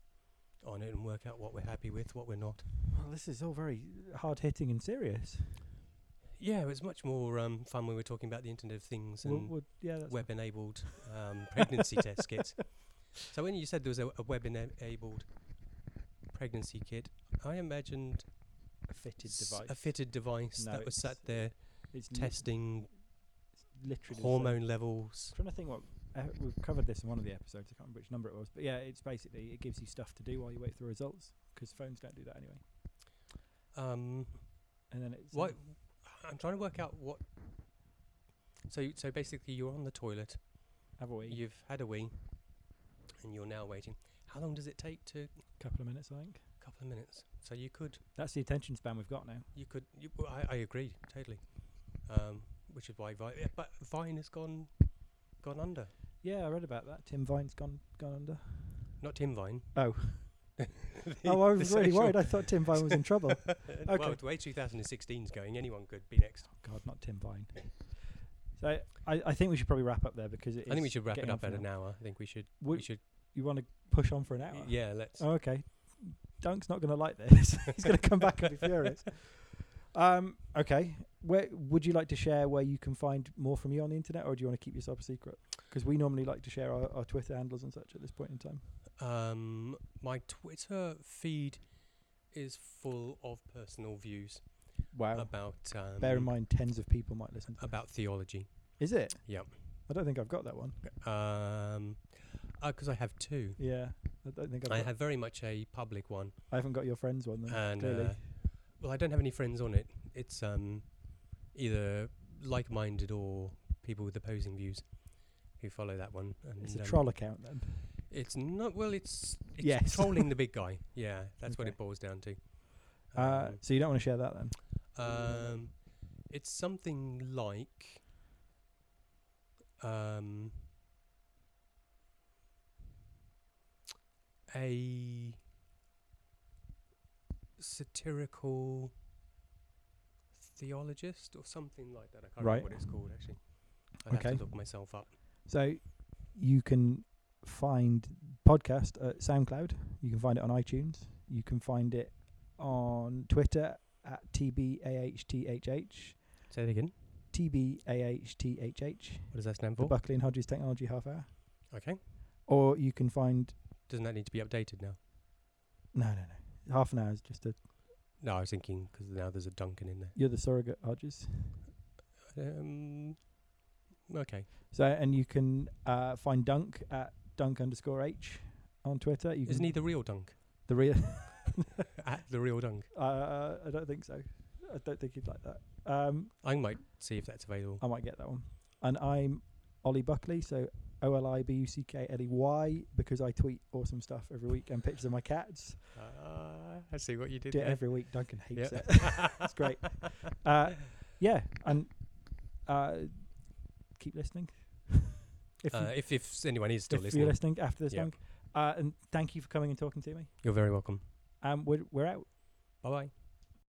Speaker 2: on it and work out what we're happy with, what we're not.
Speaker 1: well, this is all very hard hitting and serious.
Speaker 2: Yeah, it was much more um, fun when we were talking about the Internet of Things
Speaker 1: We'll-
Speaker 2: and
Speaker 1: we'll- yeah, that's
Speaker 2: web-enabled um,
Speaker 1: <laughs>
Speaker 2: pregnancy test kits. So when you said there was a, a web-enabled pregnancy kit, I imagined
Speaker 1: a fitted
Speaker 2: s-
Speaker 1: device.
Speaker 2: a fitted device
Speaker 1: No,
Speaker 2: that was
Speaker 1: it's-
Speaker 2: sat there
Speaker 1: it's li-
Speaker 2: testing
Speaker 1: literally the same.
Speaker 2: hormone levels.
Speaker 1: trying to think what uh, we've covered this in one of the episodes. I can't remember which number it was, but yeah, it's basically it gives you stuff to do while you wait for results because phones don't do that anyway.
Speaker 2: Um,
Speaker 1: And then it's
Speaker 2: Why?
Speaker 1: um,
Speaker 2: I'm trying to work out what. So so basically, you're on the toilet.
Speaker 1: have a wee,
Speaker 2: You've had a wee, and you're now waiting. How long does it take to?
Speaker 1: couple of minutes, I think.
Speaker 2: A couple of minutes. So you could
Speaker 1: That's the attention span we've got now.
Speaker 2: you could you, well, I I agree totally. Um, which is why Vine, yeah, but Vine has gone gone under.
Speaker 1: Yeah, I read about that. Tim Vine's gone gone under.
Speaker 2: Not Tim Vine. <laughs>
Speaker 1: Oh,
Speaker 2: the-
Speaker 1: oh, I
Speaker 2: <laughs> the
Speaker 1: was really worried.
Speaker 2: social-
Speaker 1: I thought Tim Vine was in
Speaker 2: <laughs>
Speaker 1: trouble.
Speaker 2: well,
Speaker 1: okay.
Speaker 2: the way 2016's going, anyone could be next.
Speaker 1: God, not Tim Vine. So I, I think we should probably wrap up there because it
Speaker 2: I think we
Speaker 1: is
Speaker 2: should wrap it
Speaker 1: getting on
Speaker 2: up
Speaker 1: for
Speaker 2: at
Speaker 1: now.
Speaker 2: an hour. I think we should.
Speaker 1: Would-
Speaker 2: we should.
Speaker 1: You want to push on for an hour?
Speaker 2: Yeah, let's.
Speaker 1: Oh, okay. Dunk's not going to like this. <laughs> He's going to come back and be furious. Um, okay. Where would you like to share where you can find more from you on the internet, or do you want to keep yourself a secret? Because we normally like to share our, our Twitter handles and such at this point in time.
Speaker 2: Um, my Twitter feed is full of personal views
Speaker 1: Wow.
Speaker 2: about um,
Speaker 1: Oh. Bear in mind, tens of people might listen. To
Speaker 2: about theology.
Speaker 1: this. Is it?
Speaker 2: Yep.
Speaker 1: I don't think I've got that one.
Speaker 2: Um, because I have two.
Speaker 1: Yeah. I don't think I've.
Speaker 2: I
Speaker 1: got,
Speaker 2: have very much a public one,
Speaker 1: I haven't got your friends one then.
Speaker 2: and
Speaker 1: clearly.
Speaker 2: uh, well, I don't have any friends on it. It's um, either like-minded or people with opposing views who follow that one. And
Speaker 1: it's a
Speaker 2: um,
Speaker 1: troll account then.
Speaker 2: It's not well. It's, it's
Speaker 1: Yes. <laughs>
Speaker 2: trolling the big guy. Yeah, that's what
Speaker 1: Okay.
Speaker 2: it boils down to.
Speaker 1: Uh,
Speaker 2: Um,
Speaker 1: so you don't want to share that then?
Speaker 2: Um, it's something like um, a satirical theologist or something like that. I can't
Speaker 1: Right.
Speaker 2: remember what it's called actually. I'd
Speaker 1: Okay.
Speaker 2: have to look myself up.
Speaker 1: So you can find podcast at SoundCloud. You can find it on iTunes. You can find it on Twitter at tbahtHH.
Speaker 2: Say it again.
Speaker 1: tbahtHH.
Speaker 2: What does that stand
Speaker 1: The
Speaker 2: for?
Speaker 1: Buckley and Hodges Technology Half Hour.
Speaker 2: okay.
Speaker 1: Or you can find
Speaker 2: Doesn't that need to be updated now?
Speaker 1: no, no, no. Half an hour is just a
Speaker 2: No, I was thinking because now there's a Duncan in
Speaker 1: you're the surrogate Hodges.
Speaker 2: there. Um, okay.
Speaker 1: So and you can uh, find Dunk at Dunk underscore H on Twitter. You
Speaker 2: Isn't
Speaker 1: can
Speaker 2: he the real Dunk?
Speaker 1: the real
Speaker 2: <laughs> At the real Dunk.
Speaker 1: uh, I don't think so. I don't think he'd like that. Um,
Speaker 2: I might see if that's available.
Speaker 1: I might get that one. And I'm Ollie Buckley, so O L I B U C K L E Y, because I tweet awesome stuff every week and pictures of my
Speaker 2: <laughs>
Speaker 1: cats.
Speaker 2: Uh, I see what you did
Speaker 1: Do it
Speaker 2: there.
Speaker 1: every week. Duncan hates
Speaker 2: Yeah.
Speaker 1: it.
Speaker 2: <laughs>
Speaker 1: it's great. Uh, yeah, and uh, keep listening. <laughs> if you,
Speaker 2: Uh, if, if s- anyone is still
Speaker 1: if
Speaker 2: listening,
Speaker 1: you're listening after this
Speaker 2: Yep.
Speaker 1: one, uh, and thank you for coming and talking to me.
Speaker 2: you're very welcome.
Speaker 1: Um, we're we're out.
Speaker 2: Bye bye.